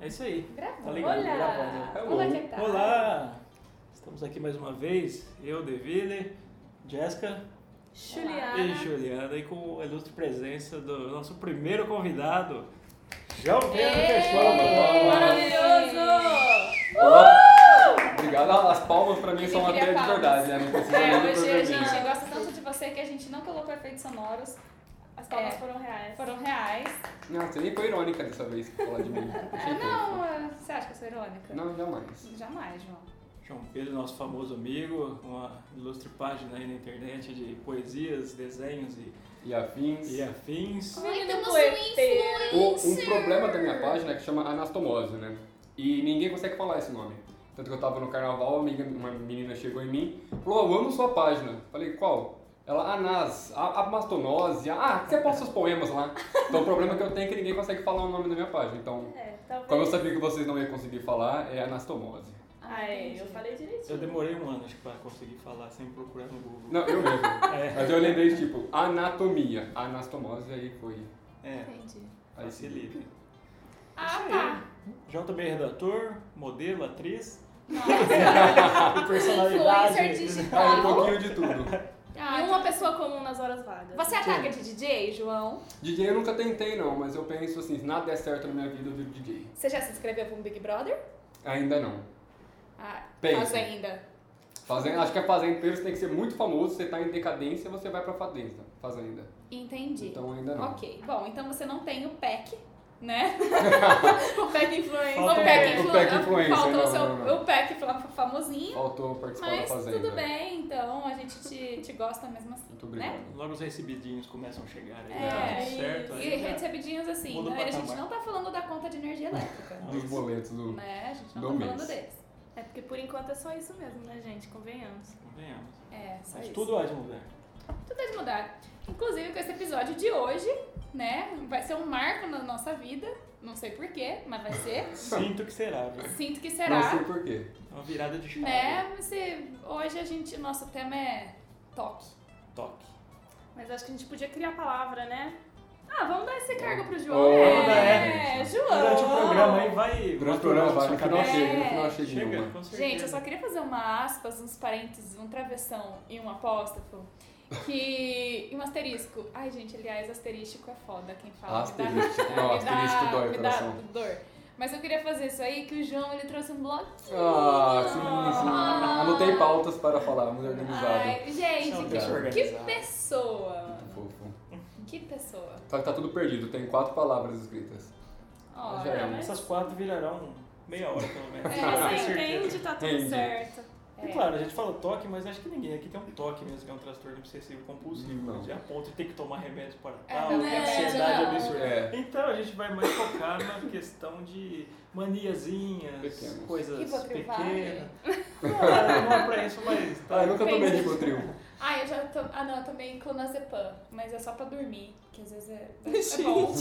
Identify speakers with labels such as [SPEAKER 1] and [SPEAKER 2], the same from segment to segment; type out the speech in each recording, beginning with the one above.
[SPEAKER 1] É isso aí. Tá
[SPEAKER 2] Gravou.
[SPEAKER 1] ligado?
[SPEAKER 2] Olá.
[SPEAKER 1] Gravando. Hello.
[SPEAKER 2] Olá, que tal?
[SPEAKER 1] Olá! Estamos aqui mais uma vez, eu, Deville, Jéssica e
[SPEAKER 2] Juliana.
[SPEAKER 1] Juliana, e com a ilustre presença do nosso primeiro convidado, João Pedro
[SPEAKER 2] Ei,
[SPEAKER 1] Pessoa.
[SPEAKER 2] maravilhoso!
[SPEAKER 3] Obrigado. Ah, As palmas pra mim são uma
[SPEAKER 2] queria
[SPEAKER 3] trilha de
[SPEAKER 2] palmas.
[SPEAKER 3] verdade, né? Não precisa
[SPEAKER 2] É,
[SPEAKER 3] nem do
[SPEAKER 2] hoje a gente
[SPEAKER 3] programinha.
[SPEAKER 2] gosta tanto de você que a gente não colocou efeitos sonoros.
[SPEAKER 4] As palmas
[SPEAKER 2] É.
[SPEAKER 4] foram reais.
[SPEAKER 2] Foram reais.
[SPEAKER 3] Não, você nem foi irônica dessa vez pra falar de mim.
[SPEAKER 2] Ah, Não, eh, você acha que eu sou irônica?
[SPEAKER 3] Não, jamais.
[SPEAKER 2] Jamais, João.
[SPEAKER 1] João Pedro, nosso famoso amigo, uma ilustre página aí na internet de poesias, desenhos e,
[SPEAKER 3] E afins.
[SPEAKER 1] e afins.
[SPEAKER 4] Ai,
[SPEAKER 2] Menino
[SPEAKER 4] temos
[SPEAKER 2] poeteiro.
[SPEAKER 4] um
[SPEAKER 3] O- um
[SPEAKER 4] influencer.
[SPEAKER 3] problema da minha página é que chama anastomose, né? E ninguém consegue falar esse nome. Tanto que eu tava no carnaval, uma, amiga- uma menina chegou em mim, falou, eu amo sua página. Falei, qual? Ela, anas, a- abastonose, ah, você posta os poemas lá. Então o problema que eu tenho é que ninguém consegue falar o nome da minha página. Então,
[SPEAKER 4] É, talvez.
[SPEAKER 3] como eu sabia que vocês não iam conseguir falar, é anastomose.
[SPEAKER 4] Ah, é, eu falei direitinho.
[SPEAKER 1] Eu demorei um ano, acho que, pra conseguir falar sem procurar no Google.
[SPEAKER 3] Não, eu mesmo.
[SPEAKER 1] É,
[SPEAKER 3] Mas eu lembrei, tipo, anatomia. Anastomose aí foi.
[SPEAKER 1] é,
[SPEAKER 4] Entendi.
[SPEAKER 3] Aí se liga.
[SPEAKER 1] facilita.
[SPEAKER 2] Ah, tá.
[SPEAKER 1] João também é redator, modelo, atriz.
[SPEAKER 2] Nossa.
[SPEAKER 1] E personalidade.
[SPEAKER 2] Influencer
[SPEAKER 3] Ah, um
[SPEAKER 2] digital.
[SPEAKER 3] pouquinho de tudo.
[SPEAKER 2] Ah,
[SPEAKER 4] E uma pessoa comum nas horas vagas.
[SPEAKER 2] Você ataca de DJ, João?
[SPEAKER 3] DJ eu nunca tentei, não, mas eu penso assim, se nada der certo na minha vida, eu viro DJ.
[SPEAKER 2] Você já se inscreveu para um Big Brother?
[SPEAKER 3] Ainda não.
[SPEAKER 2] Ah,
[SPEAKER 3] Pensa.
[SPEAKER 2] faz ainda.
[SPEAKER 3] Fazenda, acho que a Fazenda primeiro você tem que ser muito famoso, você tá em decadência, você vai pra Fazenda. Fazenda.
[SPEAKER 2] Entendi.
[SPEAKER 3] Então ainda não.
[SPEAKER 2] Ok, bom, então você não tem o PEC, né? o PEC influencer.
[SPEAKER 1] Falta
[SPEAKER 2] o
[SPEAKER 1] o
[SPEAKER 2] PEC
[SPEAKER 1] PEC.
[SPEAKER 2] influ-
[SPEAKER 3] O PEC influencer,
[SPEAKER 2] Falta o
[SPEAKER 3] não,
[SPEAKER 2] seu
[SPEAKER 3] não, não.
[SPEAKER 2] o PEC fla- famosinho.
[SPEAKER 3] Faltou participar
[SPEAKER 2] Mas
[SPEAKER 3] da Fazenda.
[SPEAKER 2] tudo bem, então a gente te, te gosta mesmo assim.
[SPEAKER 3] né? Muito
[SPEAKER 2] né?
[SPEAKER 3] obrigado.
[SPEAKER 1] Logo os recebidinhos começam a chegar aí.
[SPEAKER 2] É,
[SPEAKER 1] né? Tudo
[SPEAKER 4] isso.
[SPEAKER 1] certo. aí
[SPEAKER 2] E
[SPEAKER 1] já-
[SPEAKER 2] recebidinhos assim,
[SPEAKER 1] Muda o
[SPEAKER 2] né? a gente
[SPEAKER 1] patamar.
[SPEAKER 2] não tá falando da conta de energia elétrica.
[SPEAKER 1] Não,
[SPEAKER 3] Dos
[SPEAKER 1] isso-
[SPEAKER 3] boletos do.
[SPEAKER 2] né? A gente não
[SPEAKER 3] Do
[SPEAKER 2] tá
[SPEAKER 3] mês.
[SPEAKER 2] falando deles.
[SPEAKER 4] É porque por enquanto é só isso mesmo, né, gente? Convenhamos.
[SPEAKER 1] Convenhamos.
[SPEAKER 2] É, só
[SPEAKER 1] Mas
[SPEAKER 2] isso.
[SPEAKER 1] tudo há de mudar.
[SPEAKER 2] Tudo é de mudar. Inclusive com esse episódio de hoje, né? Vai ser um marco na nossa vida. Não sei porquê, mas vai ser.
[SPEAKER 1] Sinto que será, viu?
[SPEAKER 2] Sinto que
[SPEAKER 3] Não
[SPEAKER 2] será.
[SPEAKER 3] sei por quê.
[SPEAKER 1] É Uma virada de chave.
[SPEAKER 2] Né? Mas se- hoje a gente, nosso tema é toque.
[SPEAKER 1] Toque.
[SPEAKER 4] Mas acho que a gente podia criar a palavra, né? Ah, vamos dar esse cargo pro João.
[SPEAKER 3] Oh,
[SPEAKER 2] é,
[SPEAKER 3] né?
[SPEAKER 2] João.
[SPEAKER 1] Durante o programa aí vai.
[SPEAKER 3] Durante o programa vai, no final
[SPEAKER 2] É.
[SPEAKER 3] chega, no final chega em
[SPEAKER 1] Chega,
[SPEAKER 3] uma.
[SPEAKER 1] com certeza.
[SPEAKER 2] Gente, eu só queria fazer uma aspas, uns parênteses, um travessão e um apóstrofo. Que. E um asterisco. Ai, gente, aliás, asterístico é foda quem fala. Me dá-
[SPEAKER 3] Asterístico. Não,
[SPEAKER 2] me dá-
[SPEAKER 3] asterístico dói o
[SPEAKER 2] me dá
[SPEAKER 3] coração.
[SPEAKER 2] dor. Mas eu queria fazer isso aí, que o João ele trouxe um bloquinho.
[SPEAKER 3] Ah, sim, sim.
[SPEAKER 2] Ah.
[SPEAKER 3] Anotei pautas para falar, muito organizado.
[SPEAKER 2] Ai,
[SPEAKER 1] Isso é uma pessoa
[SPEAKER 2] gente, que, que
[SPEAKER 1] organizada.
[SPEAKER 2] pessoa!
[SPEAKER 3] Muito fofo.
[SPEAKER 2] Que pessoa.
[SPEAKER 3] Só que tá tudo perdido, tem quatro palavras escritas.
[SPEAKER 2] Ó, tá
[SPEAKER 3] Já é um.
[SPEAKER 1] Essas quatro virarão meia hora, pelo menos.
[SPEAKER 2] É,
[SPEAKER 1] Com
[SPEAKER 4] Você
[SPEAKER 1] certeza.
[SPEAKER 4] entende, tá tudo
[SPEAKER 3] Entendi.
[SPEAKER 4] certo.
[SPEAKER 2] é.
[SPEAKER 1] E claro, a gente fala toque, mas acho que ninguém aqui tem um toque mesmo, que é um transtorno obsessivo compulsivo,
[SPEAKER 3] Não.
[SPEAKER 1] né? a ponto de ter que tomar remédio para
[SPEAKER 2] É,
[SPEAKER 1] tal,
[SPEAKER 2] não,
[SPEAKER 1] que
[SPEAKER 2] é,
[SPEAKER 1] ansiedade
[SPEAKER 2] não.
[SPEAKER 1] absurda.
[SPEAKER 3] É.
[SPEAKER 1] Então a gente vai mais focar na questão de maniazinhas,
[SPEAKER 3] Pequenas.
[SPEAKER 1] coisas
[SPEAKER 2] Que vou privar,
[SPEAKER 1] pequenas. Não, não é pra isso, mas tá.
[SPEAKER 3] Ah, eu nunca tomei
[SPEAKER 2] Entendi.
[SPEAKER 3] Ribotril.
[SPEAKER 2] Ah, eu já tô. Ah, não, eu tomei clonazepam, mas é só pra dormir, que às vezes é, é bom.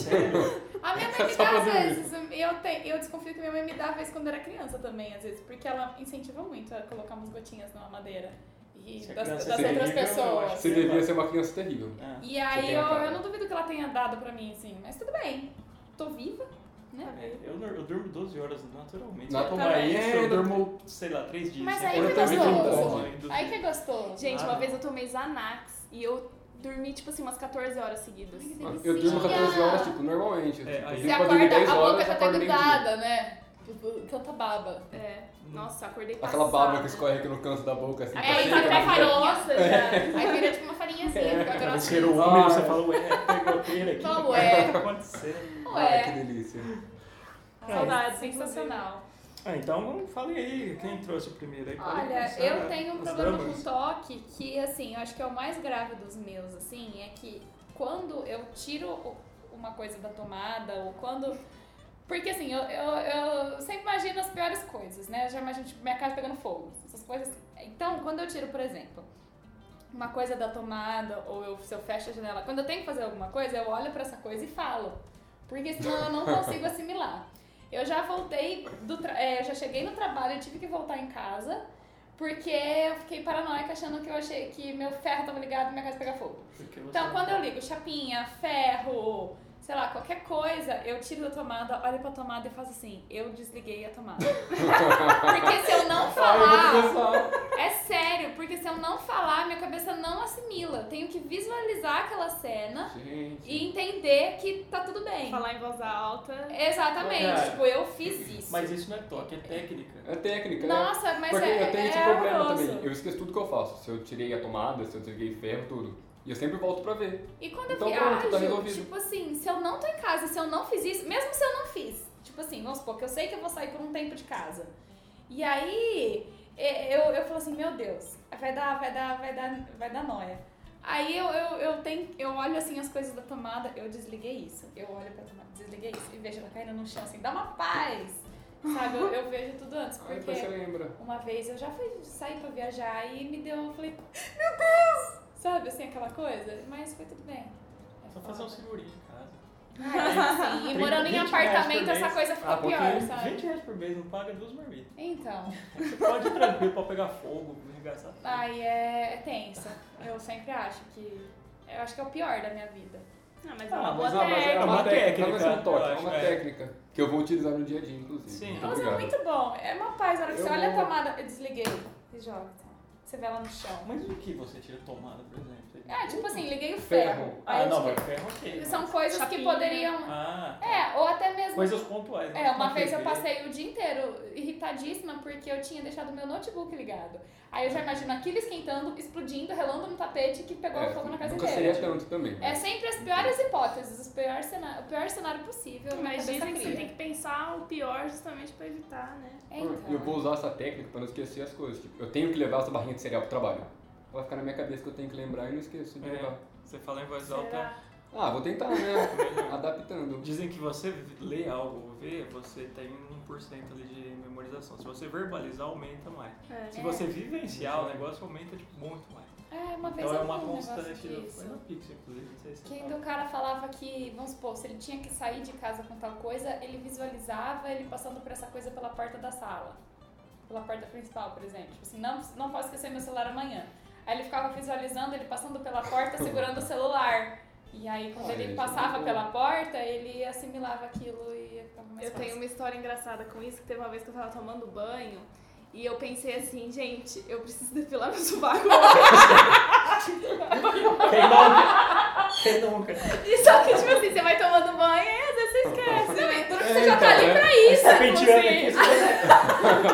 [SPEAKER 2] A minha mãe me
[SPEAKER 3] É Só
[SPEAKER 2] dá
[SPEAKER 3] pra
[SPEAKER 2] às
[SPEAKER 3] dormir.
[SPEAKER 2] vezes, e eu, te, eu desconfio que minha mãe me dá às vezes quando era criança também, às vezes, porque ela incentiva muito a colocar umas gotinhas na madeira e
[SPEAKER 1] Se a
[SPEAKER 2] das,
[SPEAKER 1] criança
[SPEAKER 2] das
[SPEAKER 1] é
[SPEAKER 2] outras
[SPEAKER 1] terrível, eu acho
[SPEAKER 2] pessoas.
[SPEAKER 3] Você devia ser uma criança terrível.
[SPEAKER 1] Ah,
[SPEAKER 2] E
[SPEAKER 3] Você
[SPEAKER 2] aí
[SPEAKER 3] tem
[SPEAKER 2] eu,
[SPEAKER 3] a cara.
[SPEAKER 2] eu não duvido que ela tenha dado pra mim, assim, mas tudo bem, tô viva, né?
[SPEAKER 1] é, eu, dur- eu durmo 12 horas naturalmente. Se eu
[SPEAKER 3] Naturalmente.
[SPEAKER 1] tomar isso, eu
[SPEAKER 3] É,
[SPEAKER 1] durmo, sei lá, 3 dias.
[SPEAKER 2] Mas
[SPEAKER 1] Se
[SPEAKER 2] aí
[SPEAKER 1] acordar
[SPEAKER 3] que
[SPEAKER 1] também,
[SPEAKER 3] é
[SPEAKER 1] eu durmo
[SPEAKER 3] gostoso.
[SPEAKER 1] dois, dois.
[SPEAKER 2] Aí que é gostoso.
[SPEAKER 4] Gente,
[SPEAKER 1] Ah,
[SPEAKER 4] uma
[SPEAKER 1] não.
[SPEAKER 4] vez eu tomei Xanax e eu dormi, tipo assim, umas 14 horas seguidas.
[SPEAKER 3] Eu durmo 14 horas, tipo, normalmente.
[SPEAKER 1] É, aí-
[SPEAKER 3] tipo,
[SPEAKER 2] ah. Você
[SPEAKER 3] eu durmo pra dormir
[SPEAKER 2] acorda,
[SPEAKER 3] 10
[SPEAKER 2] a boca
[SPEAKER 3] horas,
[SPEAKER 2] já
[SPEAKER 3] eu
[SPEAKER 2] tá
[SPEAKER 3] acordo meio-dia.
[SPEAKER 2] grudada, né? Tanta baba.
[SPEAKER 4] É. Nossa, acordei
[SPEAKER 3] Aquela
[SPEAKER 4] passada.
[SPEAKER 3] baba que escorre aqui no canto da boca, assim.
[SPEAKER 2] É,
[SPEAKER 3] pra
[SPEAKER 2] e
[SPEAKER 3] sempre,
[SPEAKER 2] tá
[SPEAKER 3] né?
[SPEAKER 2] farinha.
[SPEAKER 4] farofa né? já.
[SPEAKER 2] Aí vira tipo uma farinhazinha, fica
[SPEAKER 1] Cara,
[SPEAKER 2] grossa. é.
[SPEAKER 1] cheiro úmido, um você "É, fala, ué, pegoteira aqui.
[SPEAKER 2] Fala,
[SPEAKER 1] O
[SPEAKER 2] ué.
[SPEAKER 1] que tá acontecendo?
[SPEAKER 3] Ai, que
[SPEAKER 2] Ué,
[SPEAKER 3] delícia.
[SPEAKER 4] Saudades,
[SPEAKER 2] sensacional.
[SPEAKER 1] Ah, então falem aí, quem trouxe o primeiro aí? Pode
[SPEAKER 2] Olha,
[SPEAKER 1] começar,
[SPEAKER 2] eu
[SPEAKER 1] né?
[SPEAKER 2] tenho um
[SPEAKER 1] As
[SPEAKER 2] problema
[SPEAKER 1] damas.
[SPEAKER 2] com toque que, assim, eu acho que é o mais grave dos meus, assim, é que quando eu tiro o- o alguma coisa da tomada, ou quando. Porque assim, eu, eu, eu sempre imagino as piores coisas, né? Eu já imagino tipo, minha casa pegando fogo, essas coisas. Então, quando eu tiro, por exemplo, uma coisa da tomada, ou eu, se eu fecho a janela, quando eu tenho que fazer alguma coisa, eu olho pra essa coisa e falo. Porque senão eu não consigo assimilar. Eu já voltei do tra- eh, eu já cheguei no trabalho, eu tive que voltar em casa, porque eu fiquei paranoica achando que eu achei que meu ferro tava ligado e minha casa pegar fogo.
[SPEAKER 1] Porque você é
[SPEAKER 2] Então, quando eu ligo chapinha, ferro, sei lá, qualquer coisa, eu tiro da tomada, olho pra tomada e faço assim, eu desliguei a tomada. porque se eu não
[SPEAKER 3] Ai,
[SPEAKER 2] falar,
[SPEAKER 3] meu Deus,
[SPEAKER 2] é sério, porque se eu não falar, minha cabeça não assimila. Eu Tenho que visualizar aquela cena
[SPEAKER 3] Gente.
[SPEAKER 2] e entender que tá tudo bem.
[SPEAKER 4] Falar em voz alta.
[SPEAKER 2] Exatamente,
[SPEAKER 1] Cara,
[SPEAKER 2] tipo, eu fiz isso.
[SPEAKER 1] Mas isso não é toque, é técnica.
[SPEAKER 3] É técnica, né?
[SPEAKER 2] Nossa, mas
[SPEAKER 3] Porque
[SPEAKER 2] é,
[SPEAKER 3] eu tenho
[SPEAKER 2] é
[SPEAKER 3] esse problema
[SPEAKER 2] horroroso.
[SPEAKER 3] também. Eu esqueço tudo que eu faço. Se eu tirei a tomada, se eu desliguei ferro, tudo. E eu sempre volto pra ver.
[SPEAKER 2] E quando eu
[SPEAKER 3] Então pronto,
[SPEAKER 2] viajo,
[SPEAKER 3] tá resolvido.
[SPEAKER 2] tipo assim, se eu não tô em casa, se eu não fiz isso, mesmo se eu não fiz, tipo assim, vamos supor que eu sei que eu vou sair por um tempo de casa. E aí é, eu, eu falo assim, meu Deus, vai dar, vai dar, vai dar, vai dar noia. Aí eu, eu, eu, tenho, eu olho assim as coisas da tomada, eu desliguei isso. Eu olho pra tomada, desliguei isso. E vejo ela caindo no chão assim, dá uma paz. Sabe, eu, eu vejo tudo antes.
[SPEAKER 3] Aí depois você
[SPEAKER 2] Porque
[SPEAKER 3] lembra.
[SPEAKER 2] uma vez eu já fui sair pra viajar e me deu, eu falei, meu Deus! Sabe, assim, aquela coisa? Mas foi tudo bem. É
[SPEAKER 1] Só
[SPEAKER 2] foda.
[SPEAKER 1] fazer um segurinho em casa.
[SPEAKER 2] Ah, sim, e
[SPEAKER 1] 30,
[SPEAKER 2] morando em
[SPEAKER 1] 20 reais
[SPEAKER 2] apartamento
[SPEAKER 1] por
[SPEAKER 2] essa
[SPEAKER 1] mês.
[SPEAKER 2] coisa fica
[SPEAKER 3] Ah, porque
[SPEAKER 2] É pior, sabe?
[SPEAKER 1] 20 reais por mês não paga duas marmitas.
[SPEAKER 2] Então,
[SPEAKER 1] Você pode ir tranquilo pra pegar fogo, arregaçar tudo.
[SPEAKER 2] aí é, é tenso. Eu sempre acho que. Eu acho que é o pior da minha vida.
[SPEAKER 4] Não, mas é
[SPEAKER 1] Ah,
[SPEAKER 4] uma boa
[SPEAKER 1] mas é- mas é
[SPEAKER 4] técnica.
[SPEAKER 1] uma
[SPEAKER 3] Não vai ser
[SPEAKER 1] técnica,
[SPEAKER 3] um toque,
[SPEAKER 1] eu
[SPEAKER 3] é
[SPEAKER 1] acho,
[SPEAKER 3] uma
[SPEAKER 1] é.
[SPEAKER 3] técnica. Que eu vou utilizar no dia a dia, inclusive.
[SPEAKER 1] Sim.
[SPEAKER 3] Muito
[SPEAKER 2] Mas é
[SPEAKER 3] obrigado.
[SPEAKER 2] muito bom. É uma paz. A hora que
[SPEAKER 3] Eu
[SPEAKER 2] você olha a
[SPEAKER 3] vou-
[SPEAKER 2] tomada, eu desliguei e joga. tá? Você vê ela no chão.
[SPEAKER 1] Mas o que você tira tomada, por exemplo? Você-
[SPEAKER 2] É, tipo assim, liguei o
[SPEAKER 3] Ferro.
[SPEAKER 2] ferro. Aí
[SPEAKER 1] Ah,
[SPEAKER 2] eu
[SPEAKER 1] não,
[SPEAKER 2] desliguei.
[SPEAKER 1] mas ferro ok. mas-
[SPEAKER 2] São coisas que
[SPEAKER 4] Chapinha.
[SPEAKER 2] poderiam.
[SPEAKER 1] Ah,
[SPEAKER 2] É, ou até mesmo.
[SPEAKER 1] coisas pontuais. né?
[SPEAKER 2] É,
[SPEAKER 1] não
[SPEAKER 2] uma
[SPEAKER 1] na
[SPEAKER 2] vez eu
[SPEAKER 1] TV.
[SPEAKER 2] passei o dia inteiro irritadíssima porque eu tinha deixado meu notebook ligado. Aí eu já imagino aquilo esquentando, explodindo, relando no tapete que pegou
[SPEAKER 3] É,
[SPEAKER 2] fogo na casa
[SPEAKER 3] nunca
[SPEAKER 2] inteira.
[SPEAKER 3] seria tanto também.
[SPEAKER 2] É sempre as piores hipóteses, o pior cenário, o pior cenário possível. minha
[SPEAKER 4] Mas
[SPEAKER 2] cabeça
[SPEAKER 4] dizem que você
[SPEAKER 2] cria.
[SPEAKER 4] tem que pensar o pior justamente pra evitar, né?
[SPEAKER 2] É, então.
[SPEAKER 3] Eu vou usar essa técnica pra não esquecer as coisas. Tipo, eu tenho que levar essa barrinha de cereal pro trabalho. Ela Vai ficar na minha cabeça que eu tenho que lembrar e não esqueço de
[SPEAKER 1] É.
[SPEAKER 3] levar.
[SPEAKER 1] Você fala em voz alta.
[SPEAKER 4] Será?
[SPEAKER 3] Ah, vou tentar, né? Adaptando.
[SPEAKER 1] Dizem que você lê algo ou vê, você tem 1% ali de memorização. Se você verbalizar, aumenta mais.
[SPEAKER 4] É.
[SPEAKER 1] Se
[SPEAKER 2] É.
[SPEAKER 1] você vivenciar o negócio, aumenta tipo, muito mais.
[SPEAKER 2] É, uma vez
[SPEAKER 1] Então é
[SPEAKER 2] eu vi
[SPEAKER 1] uma
[SPEAKER 2] um negócio
[SPEAKER 1] constante. do- Foi na
[SPEAKER 2] disso.
[SPEAKER 1] Pix, inclusive, não sei se
[SPEAKER 2] Que
[SPEAKER 1] você
[SPEAKER 2] ainda o cara falava que, vamos supor, se ele tinha que sair de casa com tal coisa, ele visualizava ele passando por essa coisa pela porta da sala. Pela porta principal, por exemplo. Tipo assim, não, não posso esquecer meu celular amanhã. Aí ele ficava visualizando ele passando pela porta segurando o celular. E aí quando
[SPEAKER 3] Ah,
[SPEAKER 2] ele
[SPEAKER 3] isso é
[SPEAKER 2] passava
[SPEAKER 3] bom.
[SPEAKER 2] pela porta, ele assimilava aquilo e ficava mais
[SPEAKER 4] Eu
[SPEAKER 2] fácil.
[SPEAKER 4] tenho uma história engraçada com isso, que teve uma vez que eu tava tomando banho e eu pensei assim, gente, eu preciso depilar meu sovaco.
[SPEAKER 1] Quem nunca? Quem nunca?
[SPEAKER 4] e só que, tipo assim, você vai tomando banho e às vezes você esquece.
[SPEAKER 2] Não, e tudo que
[SPEAKER 3] É,
[SPEAKER 2] você já tá
[SPEAKER 3] então,
[SPEAKER 2] ali
[SPEAKER 3] é.
[SPEAKER 2] pra isso,
[SPEAKER 1] Tá penteando
[SPEAKER 2] inclusive.
[SPEAKER 1] aqui.